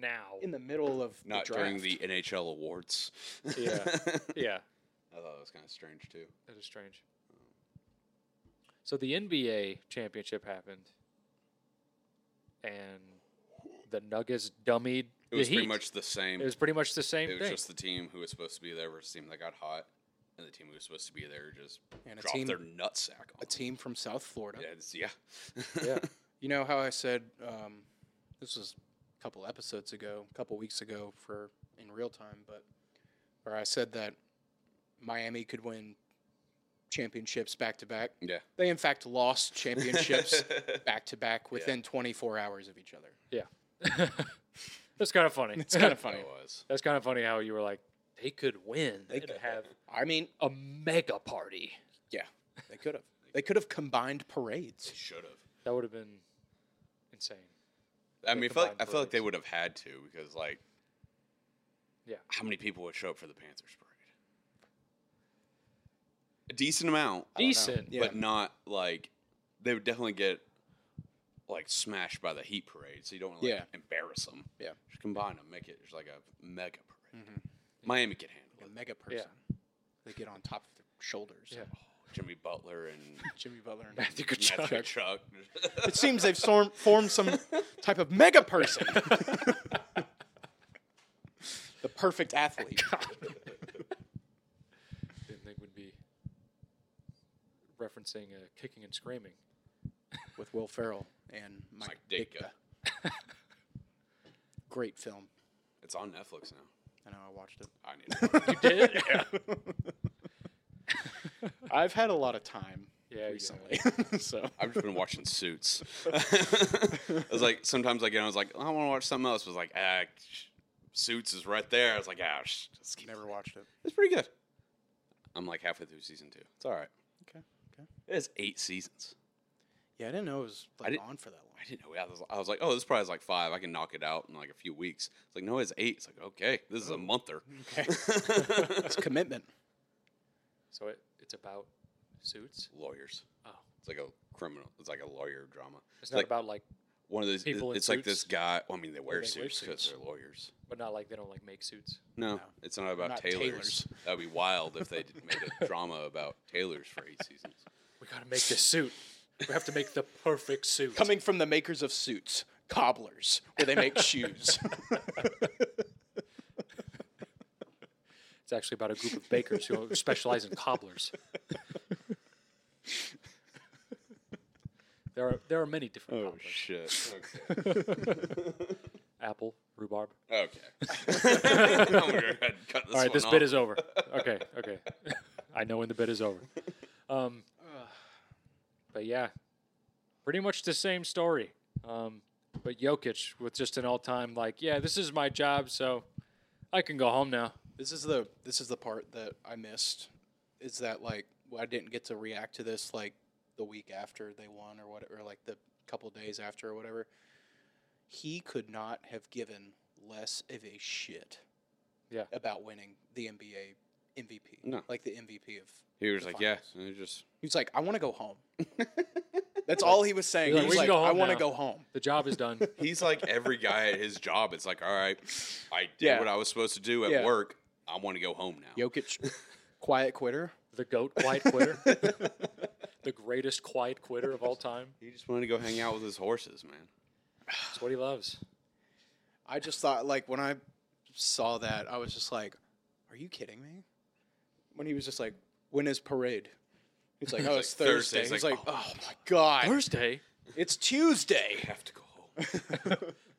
now.
In the middle of
Not
the
during
draft.
the NHL awards.
Yeah.
I thought
yeah.
that was kind of strange too.
That is strange. So the NBA championship happened, and the Nuggets dummied
It
the
was pretty
Heat.
much the same.
it was pretty much the same
It was
thing.
just the team who was supposed to be there versus the team that got hot, and the team who was supposed to be there just
and a
dropped
team,
their nutsack on.
a team from South Florida.
Yeah, it's- yeah.
yeah,
You know how I said um, this was a couple episodes ago, a couple weeks ago for in real time, but or I said that Miami could win championships back to back.
Yeah.
They in fact lost championships back to back within 24 hours of each other.
that's kind of funny.
It's kind of funny.
It was.
that's kind of funny how you were like they could win.
They
They could
could.
have
I mean,
a mega party.
they could have. They could have combined parades.
Should have.
That would have been insane.
I
They
mean, I feel, like,
combined
I feel like they
parades.
would have had to because, like,
Yeah.
how many people would show up for the Panthers parade? A decent amount,
I don't know.
Decent.
Yeah.
but not like they would definitely get like smashed by the Heat parade. So you don't want to like,
Yeah.
embarrass them.
Yeah.
just combine them, make it just like a mega parade.
Mm-hmm.
Mhm.
Miami could handle
Like
it.
a mega person. They get on top of their shoulders.
Yeah.
Jimmy Butler and
Jimmy Butler and
Matthew
Matthew
Kachuk.
Chuck.
It seems they've storm- formed some type of mega person. the perfect athlete.
Didn't think would be referencing uh, kicking and screaming.
With Will Ferrell and Mike,
Mike
Ditka.
Ditka.
Great film.
It's on Netflix now.
I know, I watched it.
I need to
You did? yeah.
I've had a lot of time
Yeah. you
recently. so
I've just been watching Suits. I was like, sometimes I get, I was like, I want to watch something else. was like, ah, sh- Suits is right there. I was like, ah, sh- just keep
never watched it.
It's pretty good. I'm like halfway through season two. It's all right.
Okay, okay.
It is eight seasons.
Yeah, I didn't know it was
I
like
didn't-
on for that long.
I didn't know. I was, I was like, oh, this probably is like five. I can knock it out in like a few weeks. It's like, no, it's eight. It's like, okay, this
Oh,
is a monther.
It's commitment.
So it, it's about suits.
Lawyers.
Oh.
It's like a criminal. It's like a lawyer drama.
It's not
Like-
about like,
One of those.
People in
it's like this
suits?
guy. Well, I mean, they wear
they wear
suits because
suits.
they're lawyers.
but not like they don't like make suits.
No,
No.
it's not about
Not
tailors.
tailors.
That'd be wild if they did- made a drama about tailors for eight seasons.
We gotta make this suit. We have to make the perfect suit.
Coming from the makers of suits, cobblers, where they make shoes.
It's actually about a group of bakers who specialize in cobblers. there are there are many different cobblers.
Oh, shit!
Apple, rhubarb.
Okay. I'm gonna go ahead and cut this
All right,
one
this
off.
bit is over. Okay, okay. I know when the bit is over. Um, but yeah, pretty much the same story. Um, but Jokic with just an all-time like, yeah, this is my job, so I can go home now.
This is the this is the part that I missed. Is that like well, I didn't get to react to this like the week after they won or what or like the couple days after or whatever. He could not have given less of a shit
Yeah.
about winning the NBA MVP.
No.
Like the MVP of.
He was
The
like, yeah,
finals.
and it just
He was like, I want to go home. That's all he was saying.
He's
He
like,
was
"We
like,
can go
I
home
want to
now."
go home.
The job is done.
he's like every guy at his job. It's like, all right, I did
Yeah.
what I was supposed to do at
Yeah.
work. I want to go home now.
Jokic, quiet quitter.
The goat quiet quitter. the greatest quiet quitter of all time.
He just wanted to go hang out with his horses, man.
It's what he loves.
I just thought, like, when I saw that, I was just like, are you kidding me? When he was just like, when is parade? He's like, oh,
like,
it's
Thursday."
Thursday.
He's
He's
like,
like, oh my God.
Thursday.
It's Tuesday.
I have to go home.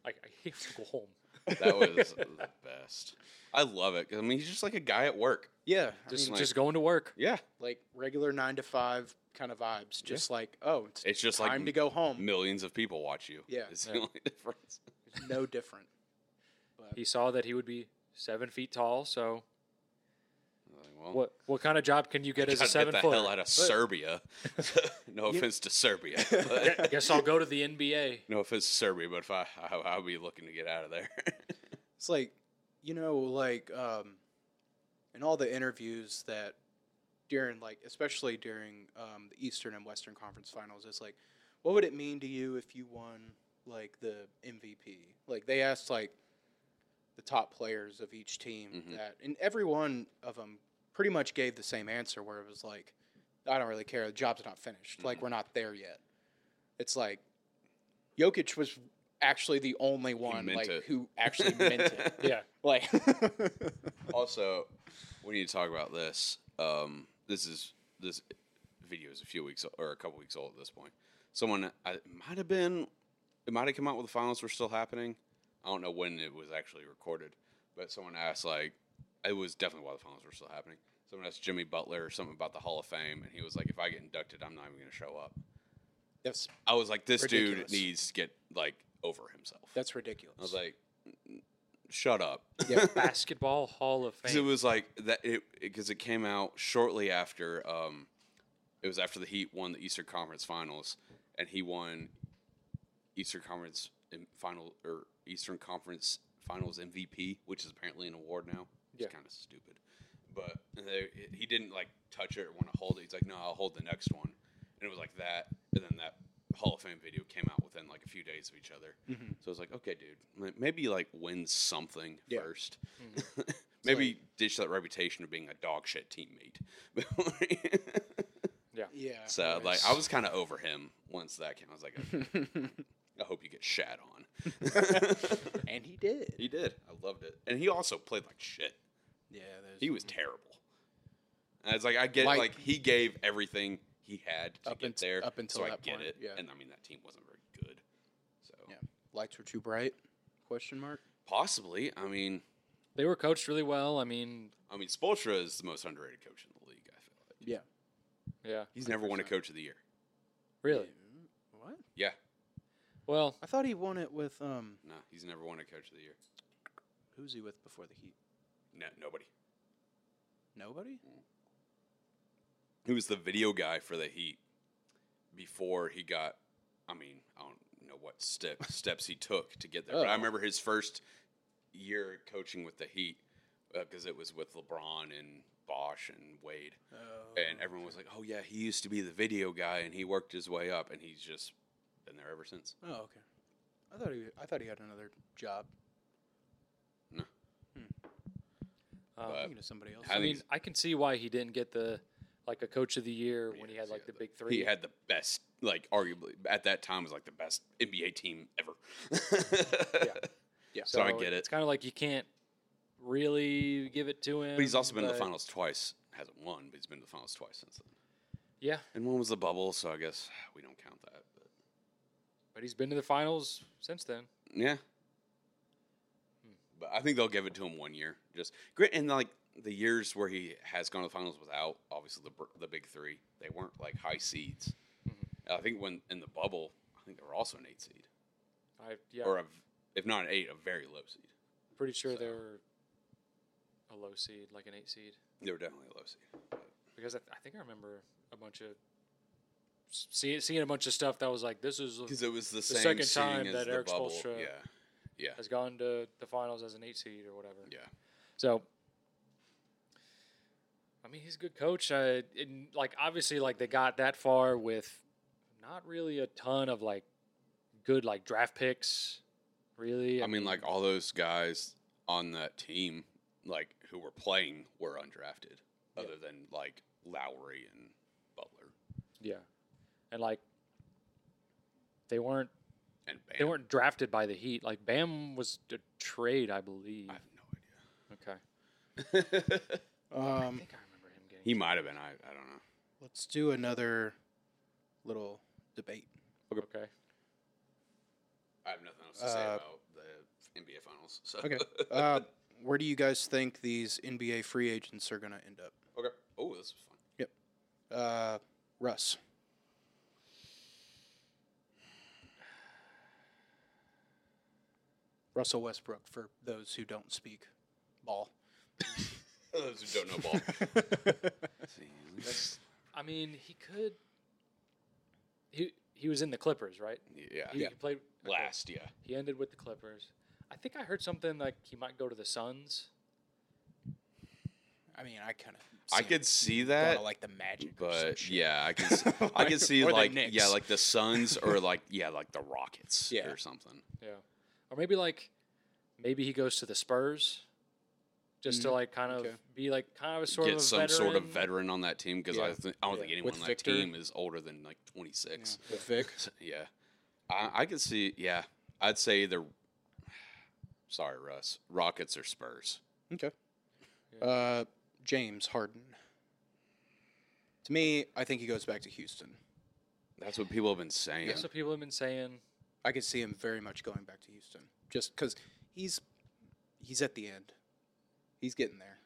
I, I have to go home.
That was the best. I love it. 'cause, I mean, he's just like a guy at work.
Yeah. I
Just
mean,
just going to work.
Yeah,
like regular nine to five kind of vibes. Just like, oh, it's,
it's just
time
like
to go home.
millions of people watch you.
Yeah.
it's the
Yeah.
only difference.
no different.
He saw that he would be seven feet tall. So
Like, well,
what what kind of job can you get as a
gotta
seven
get the
foot?
hell out of Serbia. no offense to Serbia. but-
Guess I'll go to the NBA.
no offense to Serbia, but if I, I I'll be looking to get out of there.
It's like, you know, like um, in all the interviews that during, like, especially during um, the Eastern and Western Conference Finals, it's like, what would it mean to you if you won like the MVP? Like they asked like the top players of each team
Mhm.
that, and every one of them pretty much gave the same answer, where it was like, I don't really care. The job's not finished.
Mm-hmm.
Like we're not there yet. It's like Jokic was actually the only one
meant
like
it.
who actually meant it.
Yeah.
Like
also, we need to talk about this. Um, this is this video is a few weeks or a couple weeks old at this point. Someone I, it might have been, it might have come out when the finals were still happening. I don't know when it was actually recorded, but someone asked like, it was definitely while the finals were still happening. Someone asked Jimmy Butler or something about the Hall of Fame, and he was like, "If I get inducted, I'm not even going to show up."
that's
I was like, "This
Ridiculous.
dude needs to get like over himself."
that's ridiculous.
I was like, "Shut up."
yeah,
Basketball Hall of
Because it
Fame.
was like that it because it came out shortly after um it was after the Heat won the Eastern Conference Finals and he won Eastern Conference in final or Eastern Conference Finals MVP, which is apparently an award now. It's
Yeah.
kind of stupid. But they, he didn't like touch it or want to hold it. He's like, "No, I'll hold the next one." And it was like that and then that Hall of Fame video came out within like a few days of each other.
Mhm.
So I was like, okay, dude, may- maybe like win something
Yeah.
first. Mm-hmm. maybe ditch that reputation of being a dog shit teammate.
yeah.
so like, I was kind of over him once that came. I was like, okay,
was
I hope you get shat on.
And he did.
he did. I loved it, and he also played like shit.
Yeah, there's
He was terrible. And it's like I get
Like-
like he gave everything he had to
Up
get
unt-
there
up until
so I
that
get
point,
it.
yeah.
And I mean that team wasn't very good. So
Yeah. lights were too bright? Question mark.
possibly, I mean,
They were coached really well. I mean,
I mean Spolstra is the most underrated coach in the league. I feel like
Yeah.
yeah,
he's never won a
100%.
coach of the year.
really.
Mm, What?
Yeah,
Well,
I thought he won it with um.
no, he's never won a coach of the year.
Who's he with before the Heat?
No, nobody.
Nobody.
He was the video guy for the Heat before he got. I mean, I don't know what step steps he took to get there, but I
Oh.
remember his first year coaching with the Heat because it was with LeBron and Bosch and Wade,
Oh.
and everyone was like, "Oh yeah, he used to be the video guy, and he worked his way up, and he's just been there ever since."
Oh okay. I thought he. I thought he had another job.
um,
But-
Thinking of somebody else.
I
I
think
mean, I can see why he didn't get the like a coach of the year when he
Yeah,
had
he
like
had
the
the-
big three.
He had the best, like arguably at that time was like the best NBA team ever.
Yeah.
So, I get it.
It's kind of like you can't really give it to him.
But he's also been to the
but-
finals twice. Hasn't won, but he's been to the finals twice since then.
Yeah,
And one was the bubble, so I guess we don't count that. But
but he's been to the finals since then.
yeah. But I think they'll give it to him one year. Just great, and like the years where he has gone to the finals without obviously the br- the big three, they weren't like high seeds.
Mm-hmm.
I think when in the bubble, I think they were also an eight seed,
I yeah,
or a, v- if not an eight, a very low seed.
pretty sure
so-
they were a low seed, like an eight seed,
They were definitely a low seed.
because I, I think I remember a bunch of s- seeing seeing a bunch of stuff that was like this is
Because it was the, same
second
seeding
time
as
that
the
Eric
bubble.
Spoelstra-
Yeah, yeah,
has gone to the finals as an eight seed or whatever.
yeah.
So I mean, he's a good coach. Uh, and like obviously, like they got that far with not really a ton of like good like draft picks. Really,
I mean, like all those guys on that team, like who were playing, were undrafted, other than like Lowry and Butler
yeah, and like they weren't
and Bam.
they weren't drafted by the Heat. Like Bam was a trade, I believe.
I have
okay,
no idea.
I
Um,
think I remember him getting.
he might have been. I, I don't know.
let's do another little debate.
okay,
I have nothing else to say
Uh,
about the NBA finals. So.
Okay. Uh, where do you guys think these NBA free agents are going to end up?
okay. Oh, this is fun.
Uh, Russ. Russell Westbrook, for those who don't speak ball.
Those who don't know Oh, ball.
I mean, he could. He he was in the Clippers, right?
yeah.
He, he played okay.
Last, yeah.
He ended with the Clippers. I think I heard something like he might go to the Suns.
I mean, I kind of.
I could see that.
like the Magic, or some
But
shit.
yeah, I can see, I can see
Or the
like yeah,
Knicks.
like the Suns or like yeah, like the Rockets
Yeah.
or something.
Yeah. Or maybe like maybe he goes to the Spurs just to like kind of
Okay.
be like kind of a sort
Get
of
some
veteran.
sort of veteran on that team because I,
Yeah.
th- I don't
Yeah.
think anyone
With
on that
Victor.
team is older than like twenty
Yeah.
six.
With Vic.
So, Yeah, I, I could see. Yeah, I'd say either. Sorry, Russ. Rockets or Spurs.
Okay.
Yeah.
Uh, James Harden. To me, I think he goes back to Houston.
That's what people have been saying.
That's what people have been saying.
I could see him very much going back to Houston, just because he's he's at the end. He's getting there.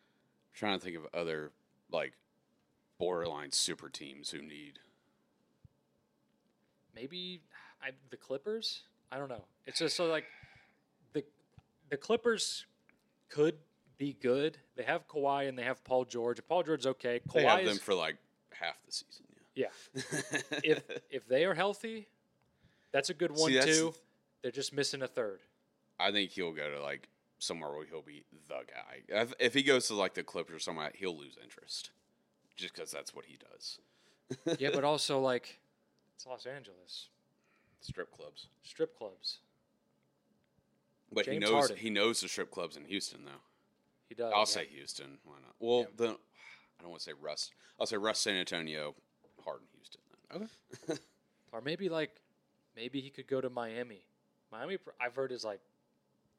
trying to think of other like borderline super teams who need.
Maybe I, the Clippers? I don't know. It's just so like the the Clippers could be good. They have Kawhi and they have Paul George. Paul George's okay. Kawhi
They have
is,
them for like half the season.
yeah.
Yeah.
If if they are healthy, that's a good
See,
one
that's
too.
the-
They're just missing a third.
I think he'll go to like somewhere where he'll be the guy. I th- If he goes to like the Clippers or somewhere, he'll lose interest just because that's what he does.
yeah, but also like it's Los Angeles
Strip clubs,
strip clubs.
but he
James
knows
Harden.
he knows the strip clubs in Houston though.
He does.
I'll
yeah.
say Houston. Why not? Well, then I don't want to say Rust. I'll say Rust San Antonio, Harden Houston. Then.
or maybe like maybe he could go to Miami. Miami, pr- I've heard is like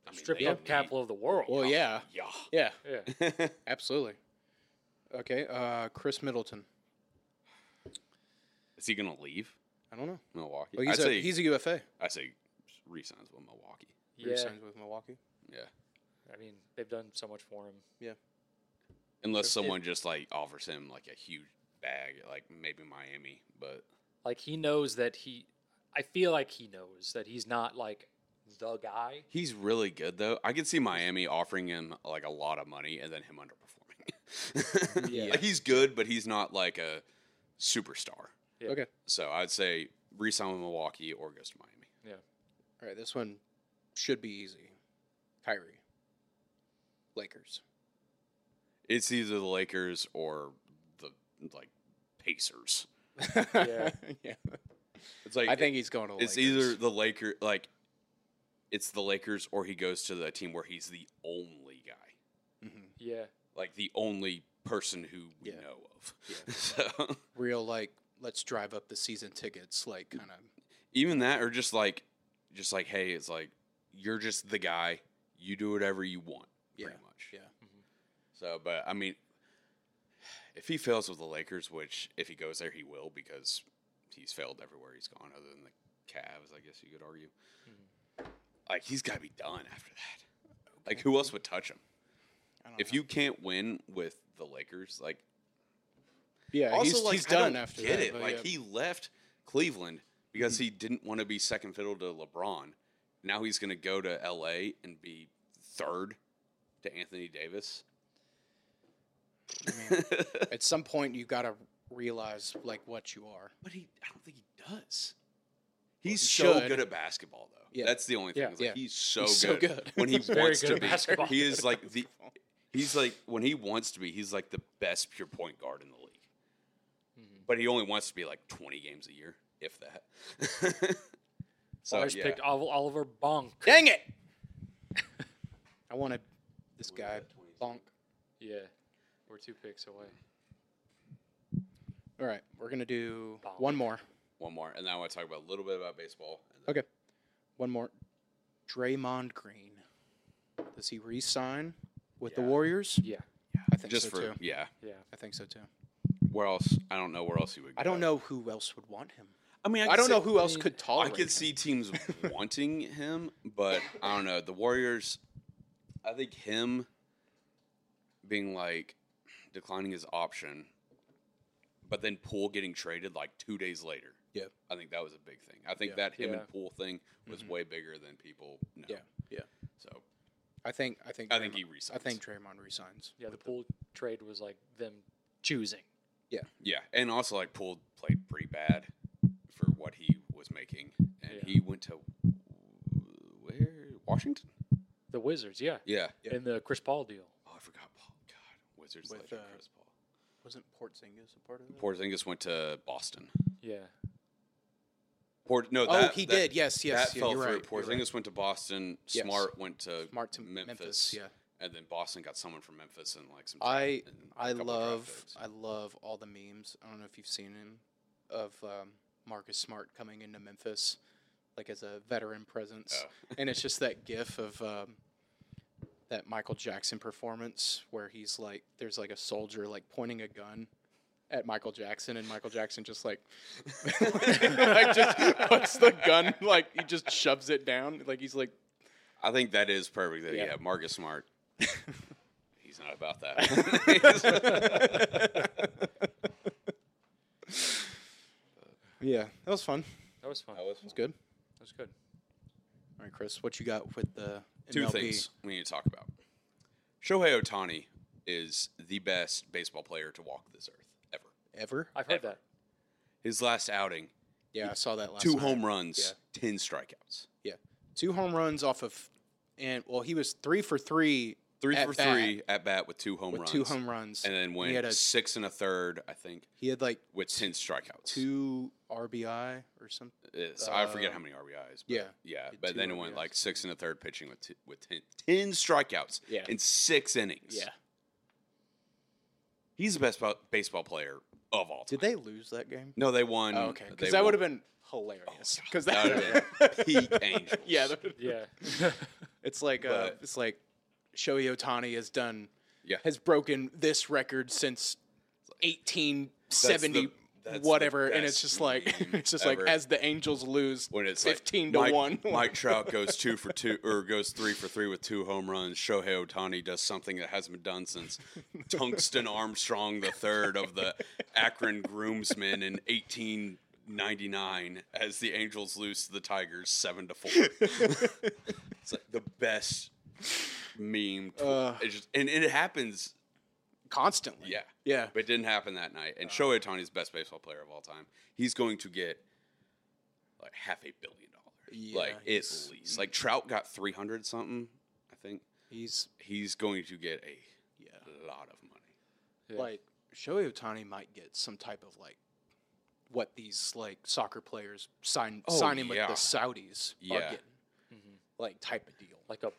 I mean,
strip
they
club
need-
capital of the world.
Well, yeah,
Yeah.
yeah,
yeah.
absolutely. Okay, uh, Chris Middleton.
Is he gonna leave
I don't know.
Milwaukee?
Well, he's
I
a
say
he's a UFA.
I say resigns with Milwaukee.
yeah.
Signs with Milwaukee.
Yeah.
I mean, they've done so much for him.
Unless
Sure.
someone just like offers him like a huge bag, like maybe Miami, but
Like he knows that he. I feel like he knows that he's not like the guy.
He's really good though. I could see Miami offering him like a lot of money and then him underperforming.
Yeah.
Like, he's good, but he's not like a superstar.
Yeah.
Okay.
So I'd say resign with Milwaukee or goes to Miami.
All right, this one should be easy. Kyrie. Lakers.
It's either the Lakers or the like Pacers.
Yeah.
yeah.
It's like
I think he's going to.
it's
Lakers.
either the Laker like it's the Lakers or he goes to the team where he's the only guy.
Mhm.
Yeah.
Like the only person who we
Yeah.
know of.
Yeah.
So
real like let's drive up the season tickets like kind of
even that or just like just like hey it's like you're just the guy you do whatever you want
yeah
pretty much
yeah
so but i mean if he fails with the lakers which if he goes there he will because he's failed everywhere he's gone other than the Cavs, i guess you could argue
Mm-hmm.
like he's got to be done after that like who else would touch him
I don't
if
know.
you can't win with the lakers like
yeah
also
he's,
like
he's
I
done
don't
after
get
that,
it
but
like
yeah.
he left Cleveland because he didn't want to be second fiddle to LeBron. Now he's going to go to LA and be third to Anthony Davis.
I mean, at some point you got to realize like what you are
But he, I don't think he does. He's
Well, he
so
should.
good at basketball, though.
Yeah.
That's the only thing.
Yeah.
It's like,
Yeah.
He's so
He's so
good.
good.
when he
He's
very
wants
good
to
at
be.
basketball.
He is like the. He's like when he wants to be, he's like the best pure point guard in the league.
Mm-hmm.
But he only wants to be like 20 games a year, if that. so
Flyers
yeah.
picked Ol- Oliver Bonk.
Dang it! I wanted this guy bonk.
Yeah, we're two picks away.
All right, we're gonna do
Bonk.
one more.
one more, and then I want to talk about a little bit about baseball. And then
Okay, one more. Draymond Green. Does he re-sign with the
Yeah.
Warriors?
Yeah,
I think
Just
so
for
too.
yeah,
yeah.
I think so too.
where else? I don't know where else he would. Go.
I don't know who else would want him.
I mean, I,
I,
could
don't
see-
know who else
mean,
could
I
tolerate.
could see teams wanting him, but I don't know. The Warriors, I think him being like declining his option, but then Poole getting traded like two days later.
Yep.
I think that was a big thing. I think
Yeah.
that him
Yeah.
and Poole thing was way bigger than people know.
Yeah, yeah.
So
I think. I think.
I think
Draymond-
he resigns.
I think Draymond resigns.
Yeah, the pool trade was like them choosing.
Yeah, and also like Poole played pretty bad for what he was making, and
Yeah.
he went to where Washington.
The Wizards, yeah.
Yeah.
Yeah.
And the Chris Paul deal.
Oh, I forgot. Paul. God, Wizards
With,
legend
uh,
Chris Paul.
Wasn't Porzingis a part of that?
Porzingis went to Boston.
Yeah.
Por- no,
oh,
that,
he
that-
did. Yes, yes.
that
yeah,
fell
you're
through.
right, you're
Porzingis went to Boston.
Yes.
Smart went to
right. Smart to
Memphis,
Memphis. Yeah.
and then Boston got someone from Memphis and like some.
I
talent and a
I
couple draft
love
picks.
I love all the memes. I don't know if you've seen him of um, Marcus Smart coming into Memphis like as a veteran presence,
Oh.
and it's just that gif of um, that Michael Jackson performance where he's like there's like a soldier like pointing a gun. At Michael Jackson, and Michael Jackson just like, like just puts the gun, like he just shoves it down, like he's like,
I think that is perfect. That, yeah.
Yeah.
Marcus Smart. He's not about that.
yeah, that was fun.
That was fun.
That was
That was good.
That was good.
All right, Chris, what you got with the
two
MLB?
things we need to talk about. Shohei Otani is the best baseball player to walk this earth ever.
ever?
I've heard
Ever.
that.
His last outing,
Yeah, I saw that last.
two
night.
home runs, ten strikeouts,
two home runs off of, and well, he was three for three
three
At
for
bat.
three at bat with two home
with
runs,
two home runs.
and then went
had a-
six and a third, I think,
he had like
with ten strikeouts.
two RBI or something.
It's- I forget
uh,
how many RBIs. But
yeah,
yeah,
did
but
two
then it went
RBIs.
like six and a third pitching with t- with 10, 10 strikeouts
Yeah.
in six innings. he's the best bo- baseball player of all time.
Did they lose that game?
No, they won.
Oh, okay,
they
because that would
won. Oh,
have been hilarious.
God,
Because
that would've been peak Angels.
Yeah, that would've-
Yeah. Mm-hmm.
it's like uh,
But-
it's like Shohei Otani has done
Yeah.
has broken this record since eighteen
That's
seventy.
the- that's the
whatever, and
best
it's just like
meme
it's just
ever.
like as the Angels lose
when it's like,
fifteen to
Mike-
one.
Mike Trout goes two for two or goes three for three with two home runs. Shohei Otani does something that hasn't been done since Tungsten Armstrong the third of the Akron groomsmen in eighteen ninety nine as the Angels lose to the Tigers seven to four. it's like the best meme. tw-
Uh.
it just, and it happens
constantly.
Yeah.
yeah.
But it didn't happen that night.
Oh.
And Shohei Otani is the best baseball player of all time. He's going to get like half a billion dollars.
Yeah,
like at
he's-
least. Like Trout got 300 something, I think.
He's
He's going to get a
yeah.
lot of money.
Yeah.
Like Shohei Otani might get some type of like what these like soccer players sign
Oh,
signing
yeah.
with the Saudis
Yeah.
are getting like type of deal.
Like a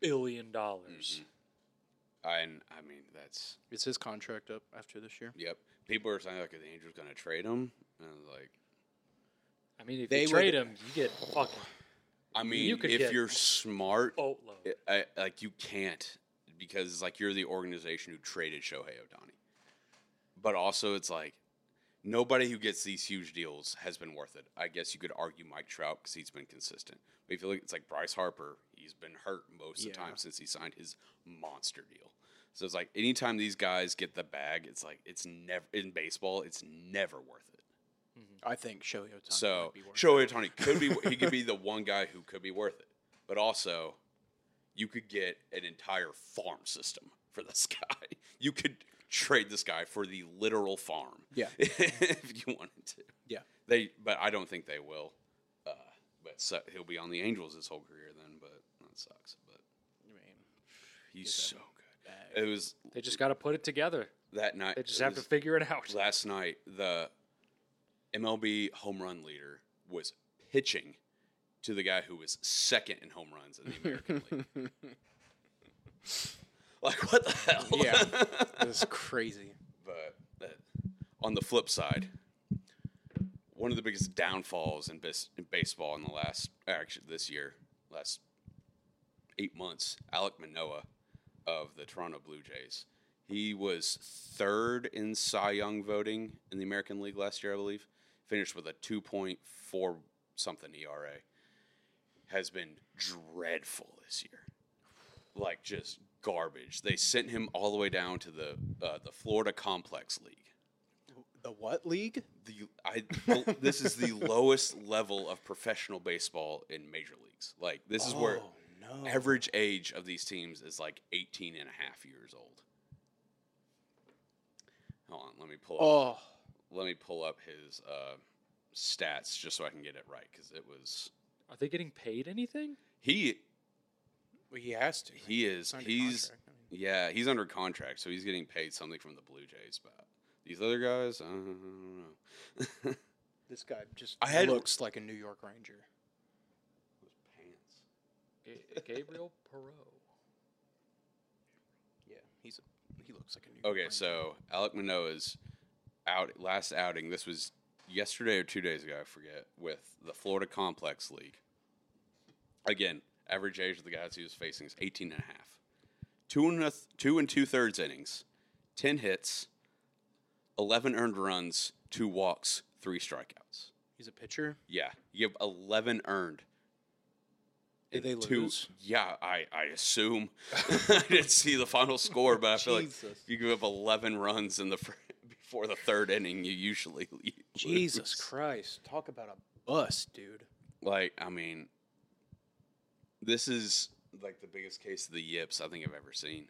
billion dollars.
Mm-hmm.
And I mean, that's,
Is his contract up after this year?
yep. People are saying, like, are the Angels going to trade him? And I was like,
I mean, if
They
you
would-
trade him, you get fucking
I mean,
You could
if
get-
you're smart,
boatload.
I, like, you can't because it's like you're the organization who traded Shohei Otani. But also, it's like nobody who gets these huge deals has been worth it. I guess you could argue Mike Trout because he's been consistent. But if you look, it's like Bryce Harper, he's been hurt most of the
Yeah.
time since he signed his monster deal. So it's like anytime these guys get the bag, it's like it's never in baseball, it's never worth it.
Mm-hmm.
I think Shohei Otani
So
might be worth
Shohei Otani could be he could be the one guy who could be worth it, but also you could get an entire farm system for this guy. You could trade this guy for the literal farm,
Yeah.
if you wanted to.
Yeah.
They, but I don't think they will. Uh, but so, he'll be on the Angels his whole career then, but that sucks. But
I mean,
he's so good.
bag.
It was
They just got to put it together.
that night.
They just
it
have to
was
figure it out.
Last night, the MLB home run leader was pitching to the guy who was second in home runs in the American League. Like what the hell?
Yeah. It's crazy.
but uh, on the flip side, one of the biggest downfalls in, bas- in baseball in the last actually this year, last eight months, Alec Manoa of the Toronto Blue Jays, he was third in Cy Young voting in the American League last year, I believe. Finished with a two point four something ERA. Has been dreadful this year like just garbage. They sent him all the way down to the uh, the Florida Complex League.
The what league?
The I this is the lowest level of professional baseball in major leagues. Like this is where
Oh, no.
average age of these teams is like 18 and a half years old. Hold on, let me pull up,
Oh,
let me pull up his uh, stats just so I can get it right cuz it was
Are they getting paid anything?
he
well, he has to. right?
he is
under
he's
contract, I mean.
Yeah, he's under contract, so he's getting paid something from the Blue Jays. But these other guys, I don't know. Those
This guy just
I had-
looks like a New York Ranger.
pants.
Ga- Gabriel Perot.
Yeah, he's a, he looks like a New York
Okay, so Alec Manoa's out last outing. This was yesterday or two days ago, I forget. With the Florida Complex League. Again, average age of the guys he was facing is 18 and a half. Two and a th- two and two thirds innings, ten hits, eleven earned runs, two walks, three strikeouts.
he's a pitcher.
Yeah, you have eleven earned.
Did
and
they
two-
lose?
Yeah, I I assume. I didn't see the final score, but I feel like
Jesus.
if you give up eleven runs in the fir- before the third inning, you usually lose.
Jesus Christ, talk about a bust, dude.
Like I mean, this is like the biggest case of the yips I think I've ever seen.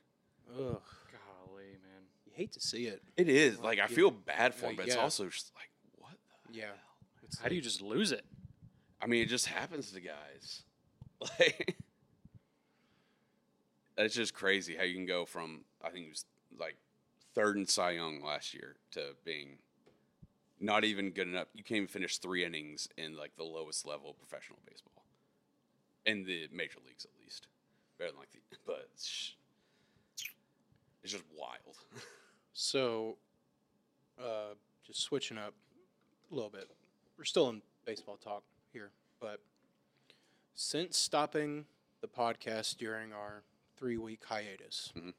Ugh,
Golly, man.
you hate to see it.
It is like I
yeah.
feel bad for him,
Uh,
but it's
yeah.
also just like what. The-
Yeah,
How do you just lose it?
I mean, it just happens to guys. Like that's just crazy how you can go from I think it was like third in Cy Young last year to being not even good enough. You can't even finish three innings in like the lowest level of professional baseball in the major leagues, at least. Better than like the but it's, it's just wild.
So, uh, just switching up a little bit. We're still in baseball talk here, but since stopping the podcast during our three week hiatus,
Mhm.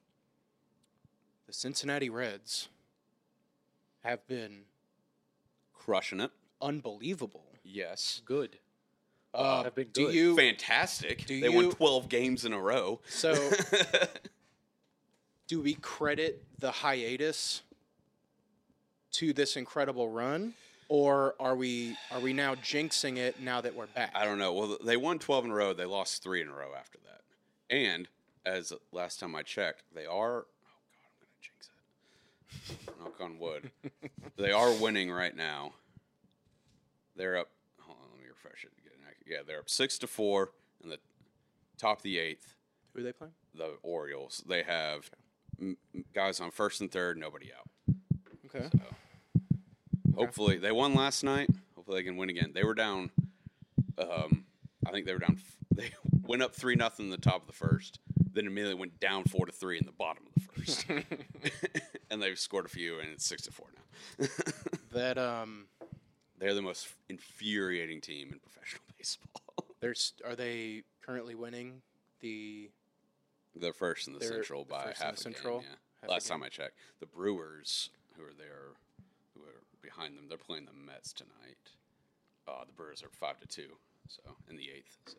the Cincinnati Reds have been
Crushing it,
unbelievable.
yes.
Good.
Uh,
I've been
do
good.
you
Fantastic.
do
they won
you-
twelve games in a row.
so? do we credit the hiatus to this incredible run, or are we are we now jinxing it now that we're back?
I don't know. Well, they won 12 in a row. They lost three in a row after that. And as last time I checked, they are. Oh, God, I'm going to jinx it. Knock on wood. they are winning right now. They're up. Hold on, let me refresh it again. I- Yeah, they're up six to four in the top of the eighth.
Who are they playing?
The Orioles. They have m- m- guys on first and third, nobody out.
Okay.
Hopefully, they won last night. Hopefully, they can win again. They were down. Um, I think they were down. f- They went up three nothing in the top of the first. Then immediately went down four to three in the bottom of the first. and they've scored a few, and it's six to four now.
That um,
They're the most infuriating team in professional baseball.
there's are they currently winning the
They're first in the
They're
Central
the
by
first in the
half a
Central,
game. Yeah.
half a
Last
game.
time I checked, the Brewers, who are there, who are behind them, they're playing the Mets tonight. Uh, the Brewers are five to two, so in the eighth. So.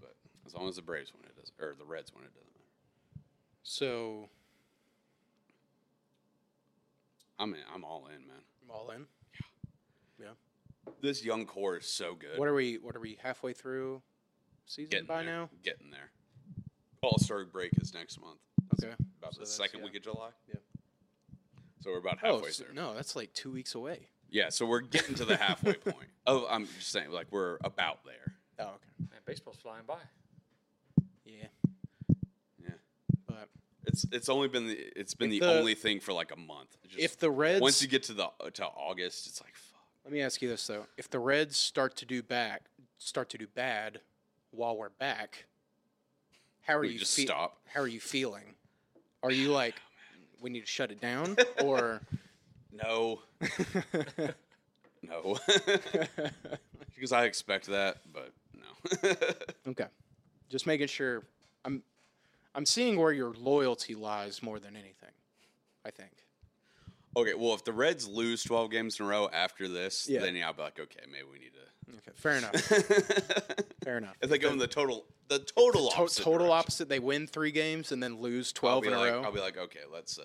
But as long as the Braves win, it doesn't, or the Reds win, it doesn't matter.
so
I'm in, I'm all in, man.
I'm all in?
This young core is so good.
What are we? What are we halfway through season
getting
by
there,
now?
Getting there. All Star break is next month,
Okay.
about the
So that's-
second
yeah.
week of July.
Yeah.
So we're about
Oh
halfway
s-
through.
no, that's like two weeks away.
Yeah, so we're getting to the halfway point. Oh, I'm just saying, like we're about there.
Oh, okay.
Man, baseball's flying by.
Yeah.
Yeah.
But
It's it's only been the, it's been
If
the,
the-
only thing for like a month. It's just-
If the Reds,
once you get to the to August, it's like fuck.
let me ask you this though: if the Reds start to do back, start to do bad, while we're back, how are
We
you
just
feel-
stop.
How are you feeling? Are you like, we need to shut it down, or
No, no. because I expect that, but no.
Okay. Just making sure I'm I'm seeing where your loyalty lies more than anything, I think.
okay, well, if the Reds lose twelve games in a row after this,
Yeah.
then yeah, I'll be like, okay, maybe we need
Okay. Fair enough.
to.
Fair enough.
if they go in the total, the total
To-
opposite
total
direction,
opposite. They win three games and then lose
I'll
twelve
be
in a
like,
row.
I'll be like, okay, let's uh,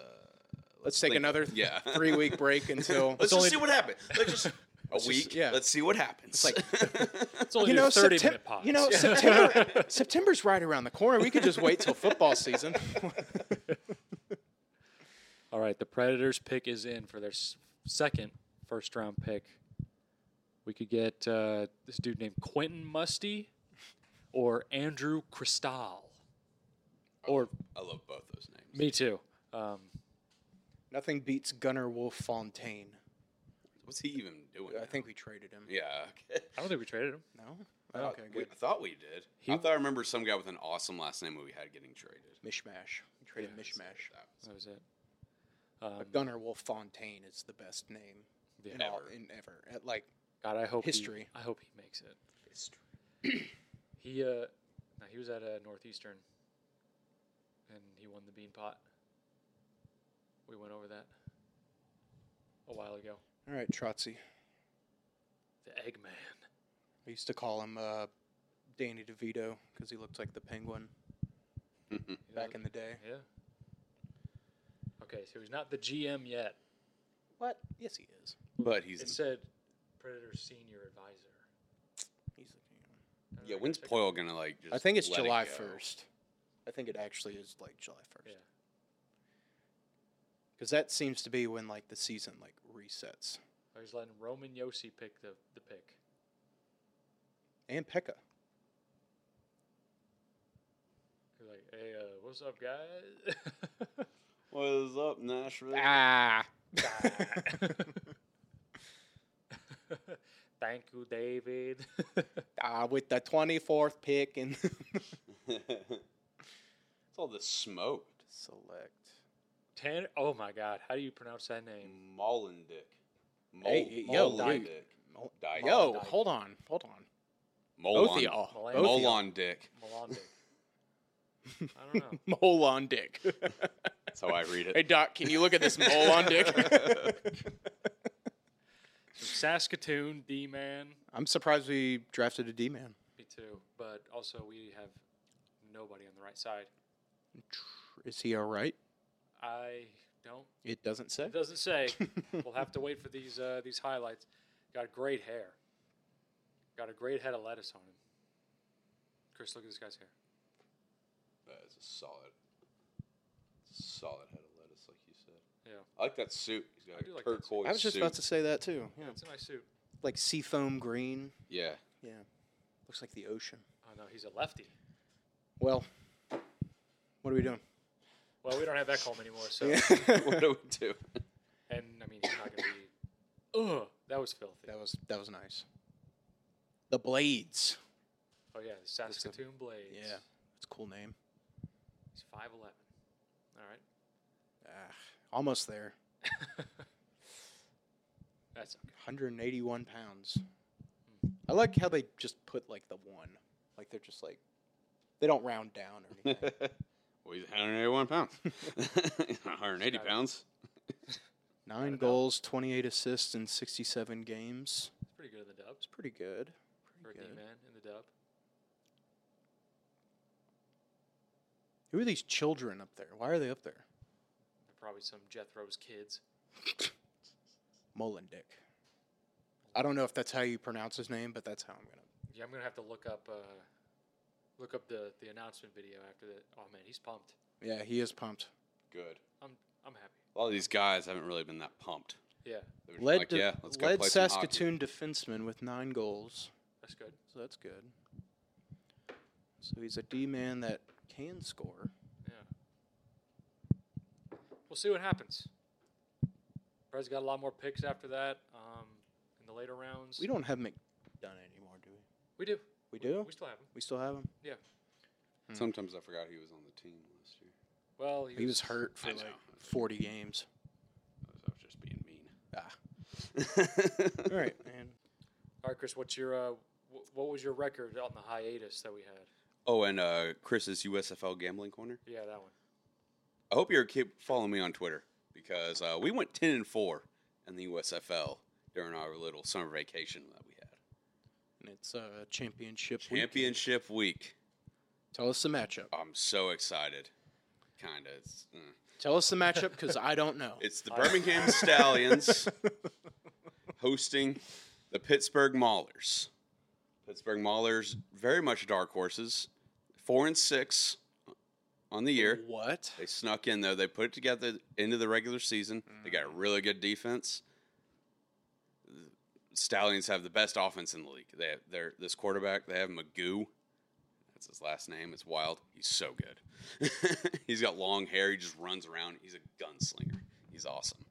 Let's take
think-
another th-
yeah
three week break until
Let's just
it's only
see what happens. Let's just a week.
yeah.
Let's see what happens.
like-
It's only
you
do
know,
30
Septem-
minute pods.
you know September, September's right around the corner. We could just wait till football season.
All right, the Predators pick is in for their s- second first round pick. We could get uh, this dude named Quentin Musty or Andrew Cristal. Or
I love both those names.
me too. Um,
Nothing beats Gunnar Wolf Fontaine.
What's he even doing?
I
now?
think we traded him.
Yeah. Okay.
I don't think we traded him.
No? Okay,
we,
good.
I thought we did.
He-
I thought I remember some guy with an awesome last name we had getting traded.
Mishmash. We traded
Yeah,
Mishmash.
That was-
That was it. Um,
But Gunnar Wolf Fontaine is the best name
Yeah.
in all
Ever.
in ever. At like
God, I hope he-
history.
I hope he makes it. He uh, no, he was at uh, Northeastern, and he won the Bean Pot. We went over that a while ago.
all right, Trotsky.
The Eggman.
I used to call him uh, Danny DeVito because he looked like the Penguin
He
back
does.
in the day.
Yeah. Okay, so he's not the GM yet.
What? Yes, he is.
but he's
It said Predator Senior Advisor.
He's.
I don't
yeah.
know,
When's
check it.
Poyle gonna like? Just
I think it's
let it
July
go?
first. I think it actually is like July
Yeah.
first because that seems to be when like the season like resets.
Or Oh, he's letting Roman Yossi pick the, the pick.
And Pekka.
He's like, hey, uh, what's up, guys?
What is up, Nashville?
Ah.
Thank you, David.
ah, with the twenty fourth pick and
it's all the smoke.
select.
Tanner, oh my God, how do you pronounce that name?
Molendick. Mol-
Hey, yo,
Molendick.
Mol-
Dyke.
Yo,
Dyke.
hold on, hold on. Both of
Molon.
y'all.
Both of y'all.
Molon Dick.
Melondic. I don't know.
Mole on dick.
That's how I read
hey,
it.
Doc, can you look at this mole on dick?
From Saskatoon, D man.
I'm surprised we drafted a D man.
Me too. But also, we have nobody on the right side.
Is he all right?
I don't.
It doesn't say.
It doesn't say. we'll have to wait for these uh, these highlights. Got great hair. Got a great head of lettuce on him. Chris, look at this guy's hair.
That is a solid, solid head of lettuce, like you said.
Yeah.
I like that suit. He's got
I do
a
like that suit.
turquoise
I was just
suit.
about to say that too. Yeah.
Yeah, it's a nice suit.
Like seafoam green.
Yeah.
Yeah. Looks like the ocean.
Oh no, he's a lefty.
Well, what are we doing?
Well, we don't have Ekholm anymore, so
what do we do?
and I mean he's not gonna be. Ugh, that was filthy.
that was that was nice. The Blades.
Oh yeah, the Saskatoon Blades.
Yeah. It's a cool name.
he's five eleven. All right,
Ah, almost there.
that's okay.
181 pounds. I like how they just put like the one. Like they're just like they don't round down or anything.
well, he's 181 pounds. 180 pounds.
Nine goals, 28 assists in 67 games.
It's pretty good in the dubs
It's pretty good.
for a D
Pretty good.
man in the dub.
Who are these children up there? Why are they up there?
They're probably some Jethro's kids.
Molendick. I don't know if that's how you pronounce his name, but that's how I'm gonna.
Yeah, I'm gonna have to look up uh, look up the the announcement video after that. Oh man, he's pumped.
Yeah, he is pumped.
Good.
I'm I'm happy.
A lot of these guys haven't really been that pumped.
Yeah,
They're just
Led,
like,
de-
yeah, let's go
led
play some hockey."
Saskatoon defenseman with nine goals,
that's good.
so that's good. So he's a D man that can score.
Yeah, see what happens. Bryce got a lot more picks after that um, in the later rounds.
We don't have McDonough anymore, do we?
We do.
We do.
We still have him.
We still have him. Hmm.
Sometimes I forgot he was on the team last year.
Well,
He was hurt for
I
like
know.
40 games.
I was, I was just being mean.
Ah.
Ah.
All right, man.
All right, Chris. What's your uh, wh- what was your record on the hiatus that we had?
Oh, and uh, Chris's USFL gambling corner.
Yeah, that one.
I hope you're keep following me on Twitter because uh, we went ten and four in the USFL during our little summer vacation that we had.
And it's uh, championship. week.
Championship week.
Tell us the matchup.
I'm so excited. Kinda. It's, mm.
Tell us the matchup because I don't know.
it's the
I-
Birmingham Stallions hosting the Pittsburgh Maulers. Pittsburgh Maulers, very much dark horses. Four and six on the year.
What?
They snuck in though. They put it together into the regular season. They got a really good defense. The Stallions have the best offense in the league. They have their this quarterback. They have Magoo. That's his last name. It's wild. He's so good. He's got long hair. He just runs around. He's a gunslinger. He's awesome.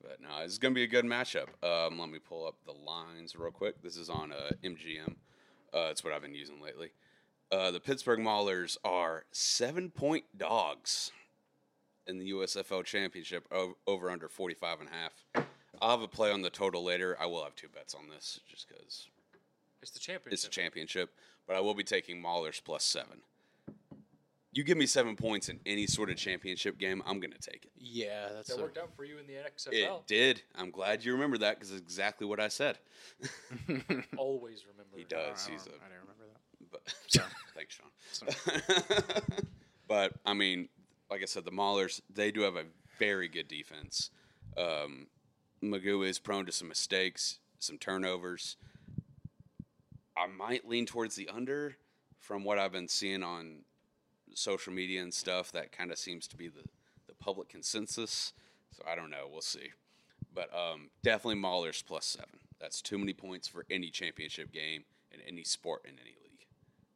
But no, it's going to be a good matchup. Um, let me pull up the lines real quick. This is on uh, MGM. Uh, it's what I've been using lately. Uh, the Pittsburgh Maulers are seven point dogs in the USFL Championship o- over under 45 and a half. I'll have a play on the total later. I will have two bets on this just because
It's the championship.
it's a championship, but I will be taking Maulers plus seven. You give me seven points in any sort of championship game, I'm going to take it.
Yeah, that's
That
a,
worked out for you in the XFL.
It did. I'm glad you remember that because exactly what I said.
Always remember.
He
it.
does.
I,
He's
don't-
a
I didn't remember that.
But
Sorry.
thanks, Sean. but I mean, like I said, the Maulers they do have a very good defense. Um, Magoo is prone to some mistakes, some turnovers. I might lean towards the under from what I've been seeing on social media and stuff. That kind of seems to be the, the public consensus. So I don't know. We'll see. But um, definitely Maulers plus seven. That's too many points for any championship game in any sport in any league.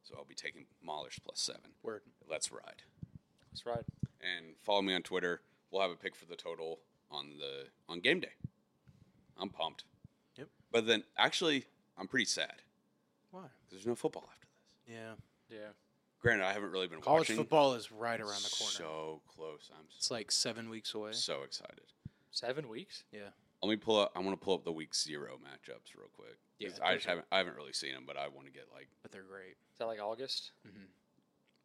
So I'll be taking Maulers plus seven.
Word.
Let's ride.
That's right.
And follow me on Twitter. We'll have a pick for the total on the on game day. I'm pumped.
Yep.
But then actually, I'm pretty sad 'cause
Why?
there's no football after this.
Yeah.
Yeah.
Granted, I haven't really been
College
watching.
football is right around the corner.
So close. I'm
it's like seven weeks away.
so excited.
Seven weeks.
Yeah.
Let me pull up. I want to pull up the week zero matchups real quick. 'cause
Yeah,
I
those
just
are-
haven't. I haven't really seen them, but I want to get like
But they're great.
Is that like August?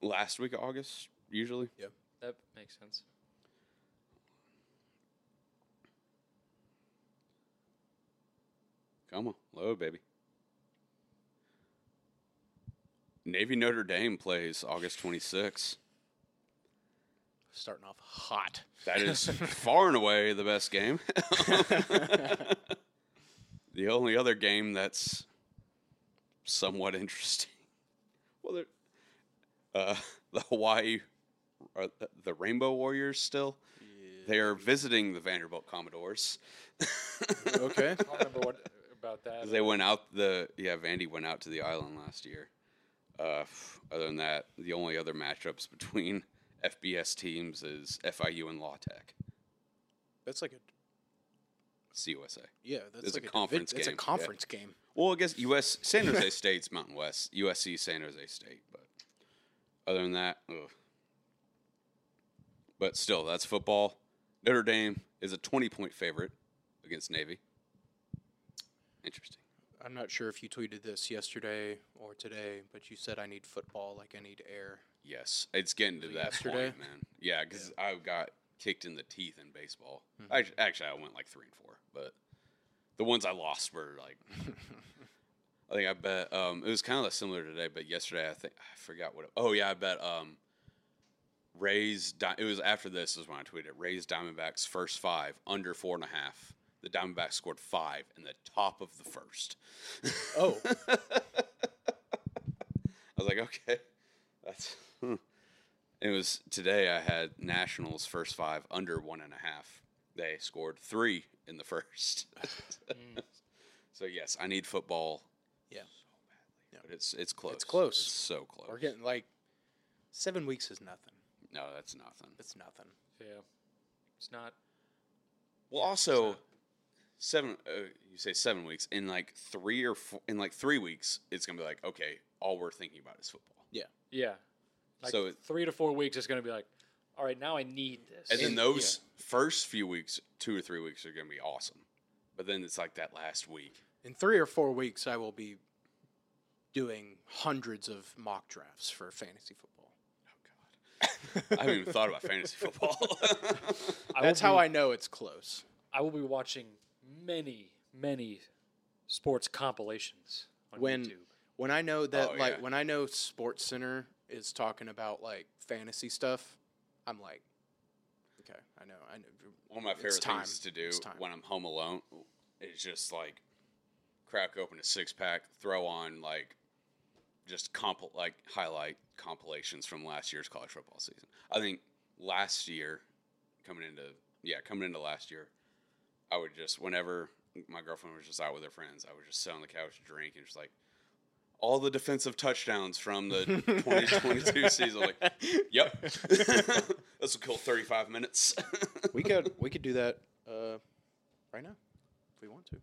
last week of August usually.
That makes sense.
Come on, load, baby. Navy Notre Dame plays August 26th.
Starting off hot.
That is far and away the best game. the only other game that's somewhat interesting. Well, there- uh, the Hawaii, uh, the- the Rainbow Warriors still. They are visiting the Vanderbilt Commodores.
okay.
I don't remember what about that.
They went out the yeah. Vandy went out to the island last year. Uh, f- other than that, the only other matchups between FBS teams is FIU and Law Tech,
That's like a
CUSA.
yeah. That's
It's
like
a
divi-
conference
It's a
game, yeah.
conference game.
Well, I guess US San Jose State's Mountain West, USC San Jose State, but other than that, ugh. but still, that's football. Notre Dame is a twenty-point favorite against Navy. Interesting.
I'm not sure if you tweeted this yesterday or today, but you said I need football like I need air.
Yes, it's getting to
Was it
that
yesterday?
point, man. Yeah, because I got kicked in the teeth in baseball.
Mm-hmm.
Act- Actually, I went like three and four, but the ones I lost were like. I think I bet um, it was kind of like similar today, but yesterday I think I forgot what. It, oh yeah, I bet um, Rays. Di- It was after this is when I tweeted Rays Diamondbacks first five under four and a half. The Diamondbacks scored five in the top of the first.
Oh,
I was like, okay, that's. hmm. It was today. I had Nationals first five under one and a half. They scored three in the first. so yes, I need football.
Yeah. Yeah.
but it's it's close.
close.
It's so close.
we're getting like seven weeks is nothing.
no, that's nothing.
It's nothing.
Yeah. It's not.
Well, also seven. Uh, you say seven weeks in like three or four, in like three weeks, it's gonna be like okay, all we're thinking about is football.
Yeah. Like
So it-
three to four weeks is going to be like, all right, now I need this.
And then
And-
those first few weeks, two or three weeks, are gonna be awesome. But then it's like that last week.
In three or four weeks, I will be doing hundreds of mock drafts for fantasy football.
I haven't even thought about fantasy football.
I will
That's how
be-
I know it's close.
I will be watching many, many sports compilations on
When-
YouTube.
When I know that,
Oh,
like,
yeah.
when I know Sports Center is talking about like fantasy stuff, I'm like, okay, I know, I know.
One of my
It's
favorite
time.
things to do
It's time.
when I'm home alone is just like crack open a six pack, throw on like just comp like highlight compilations from last year's college football season. I think last year, coming into yeah, coming into last year, I would just whenever my girlfriend was just out with her friends, I would just sit on the couch, drink, and just like all the defensive touchdowns from the 2022 season. Like, yep, this will kill 35 minutes.
we could we could do that uh, right now if we want to.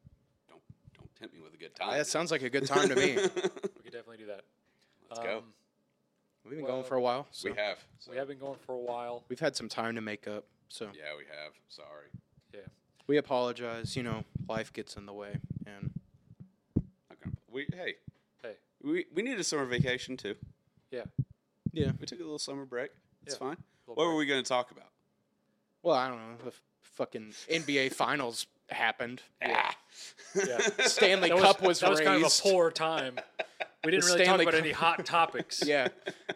don't don't tempt me with a good time.
Uh, That sounds like a good time to me.
We could definitely do that.
Let's go.
We've been
Well,
going for a while. So
we
we
have.
We have been going for a while.
have had some time to make up. So
Yeah, we have. Sorry.
we apologize. You know, life gets in the way, and
Not gonna, we hey.
Hey.
We we need a summer vacation too.
Yeah.
yeah.
We took a little summer break. It's
Yeah.
fine.
Little
What were
break.
we going to talk about?
Well, I don't know. The f- fucking NBA Finals happened.
Ah.
Yeah.
Stanley
that
Cup
was,
was,
that was kind of a
raised.
poor time. We didn't
The
really talk
Stanley
about
Cup-
any hot topics.
yeah,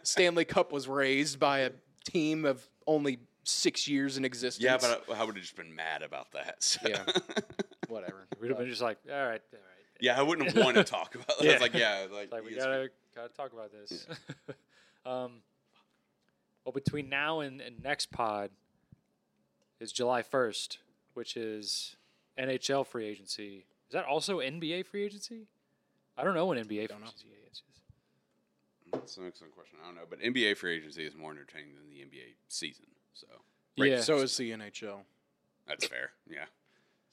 Stanley Cup was raised by a team of only six years in existence.
yeah, but uh, I, I would have just been mad about that. so.
Yeah. whatever.
We'd have been just like, all right, all right.
yeah, I wouldn't want to talk about that. I
Yeah.
was like, yeah, like,
Like we
ESPN.
gotta gotta talk about this. um, well, between now and, and next pod is July first, which is NHL free agency. Is that also NBA free agency? I don't know when NBA free
Don't know.
agency is.
That's an excellent question. I don't know, but NBA free agency is more entertaining than the NBA season, so Right,
Yeah,
So is the NHL.
that's fair. Yeah.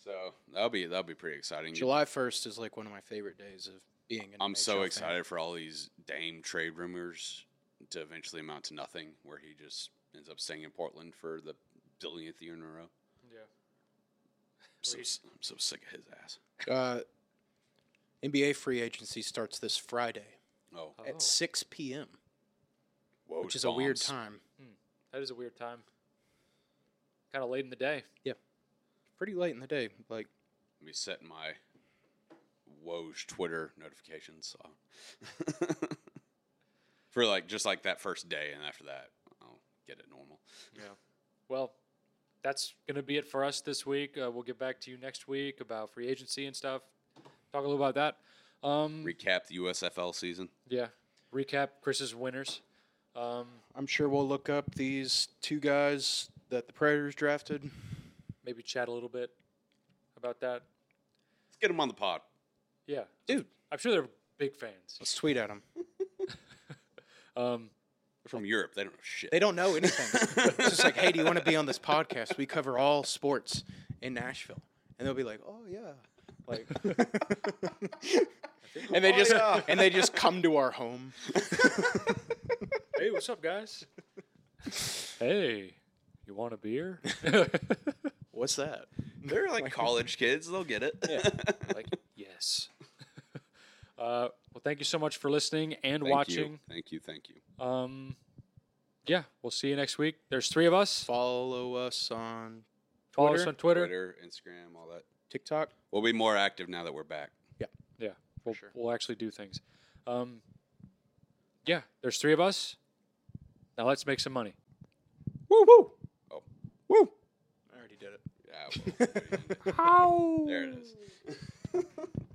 So that'll be that'll be pretty exciting.
July first is like one of my favorite days of being. An
I'm so
NHL fan.
excited for all these Dame trade rumors to eventually amount to nothing, where he just ends up staying in Portland for the billionth year in a row. I'm
yeah.
so,
Wait.
s- I'm so sick of his ass.
Uh, NBA free agency starts this Friday
Oh,
Oh.
at six p.m.,
whoa,
Uh, which is a weird
bombs.
time.
That is a weird time. Kind of late in the day.
Pretty late in the day, like
Let me set my Woj Twitter notifications on. for like just like that first day, and after that, I'll get it normal.
Yeah. Well, that's going to be it for us this week. Uh, we'll get back to you next week about free agency and stuff. Talk a little about that. Um,
Mm.
Recap the USFL season.
yeah. Recap Chris's winners. Um,
I'm sure we'll look up these two guys that the Predators drafted.
maybe chat a little bit about that.
Let's get him on the pod.
Yeah.
Dude,
I'm sure they're big fans.
let's tweet at them.
Um,
They're from Europe. They don't know shit.
They don't know anything. it's just like, hey, do you want to be on this podcast? We cover all sports in Nashville, and they'll be like, oh yeah, like. and they
Oh,
just
yeah.
and they just come to our home.
hey, what's up, guys? hey, you want a beer?
What's that?
They're like college kids. They'll get it.
like, yes. Uh, well, thank you so much for listening and
Thank
watching.
You. Thank you. Thank you.
Um, yeah, we'll see you next week. There's three of us.
Follow us on
Follow us
Twitter?
on Twitter.
Twitter, Instagram, all that.
TikTok.
We'll be more active now that we're back.
Yeah, we'll,
sure.
we'll actually do things. Um, yeah, there's three of us. Now let's make some money.
Woo woo.
Oh.
Woo. I already did it.
Yeah, well, what are you gonna do? there it is.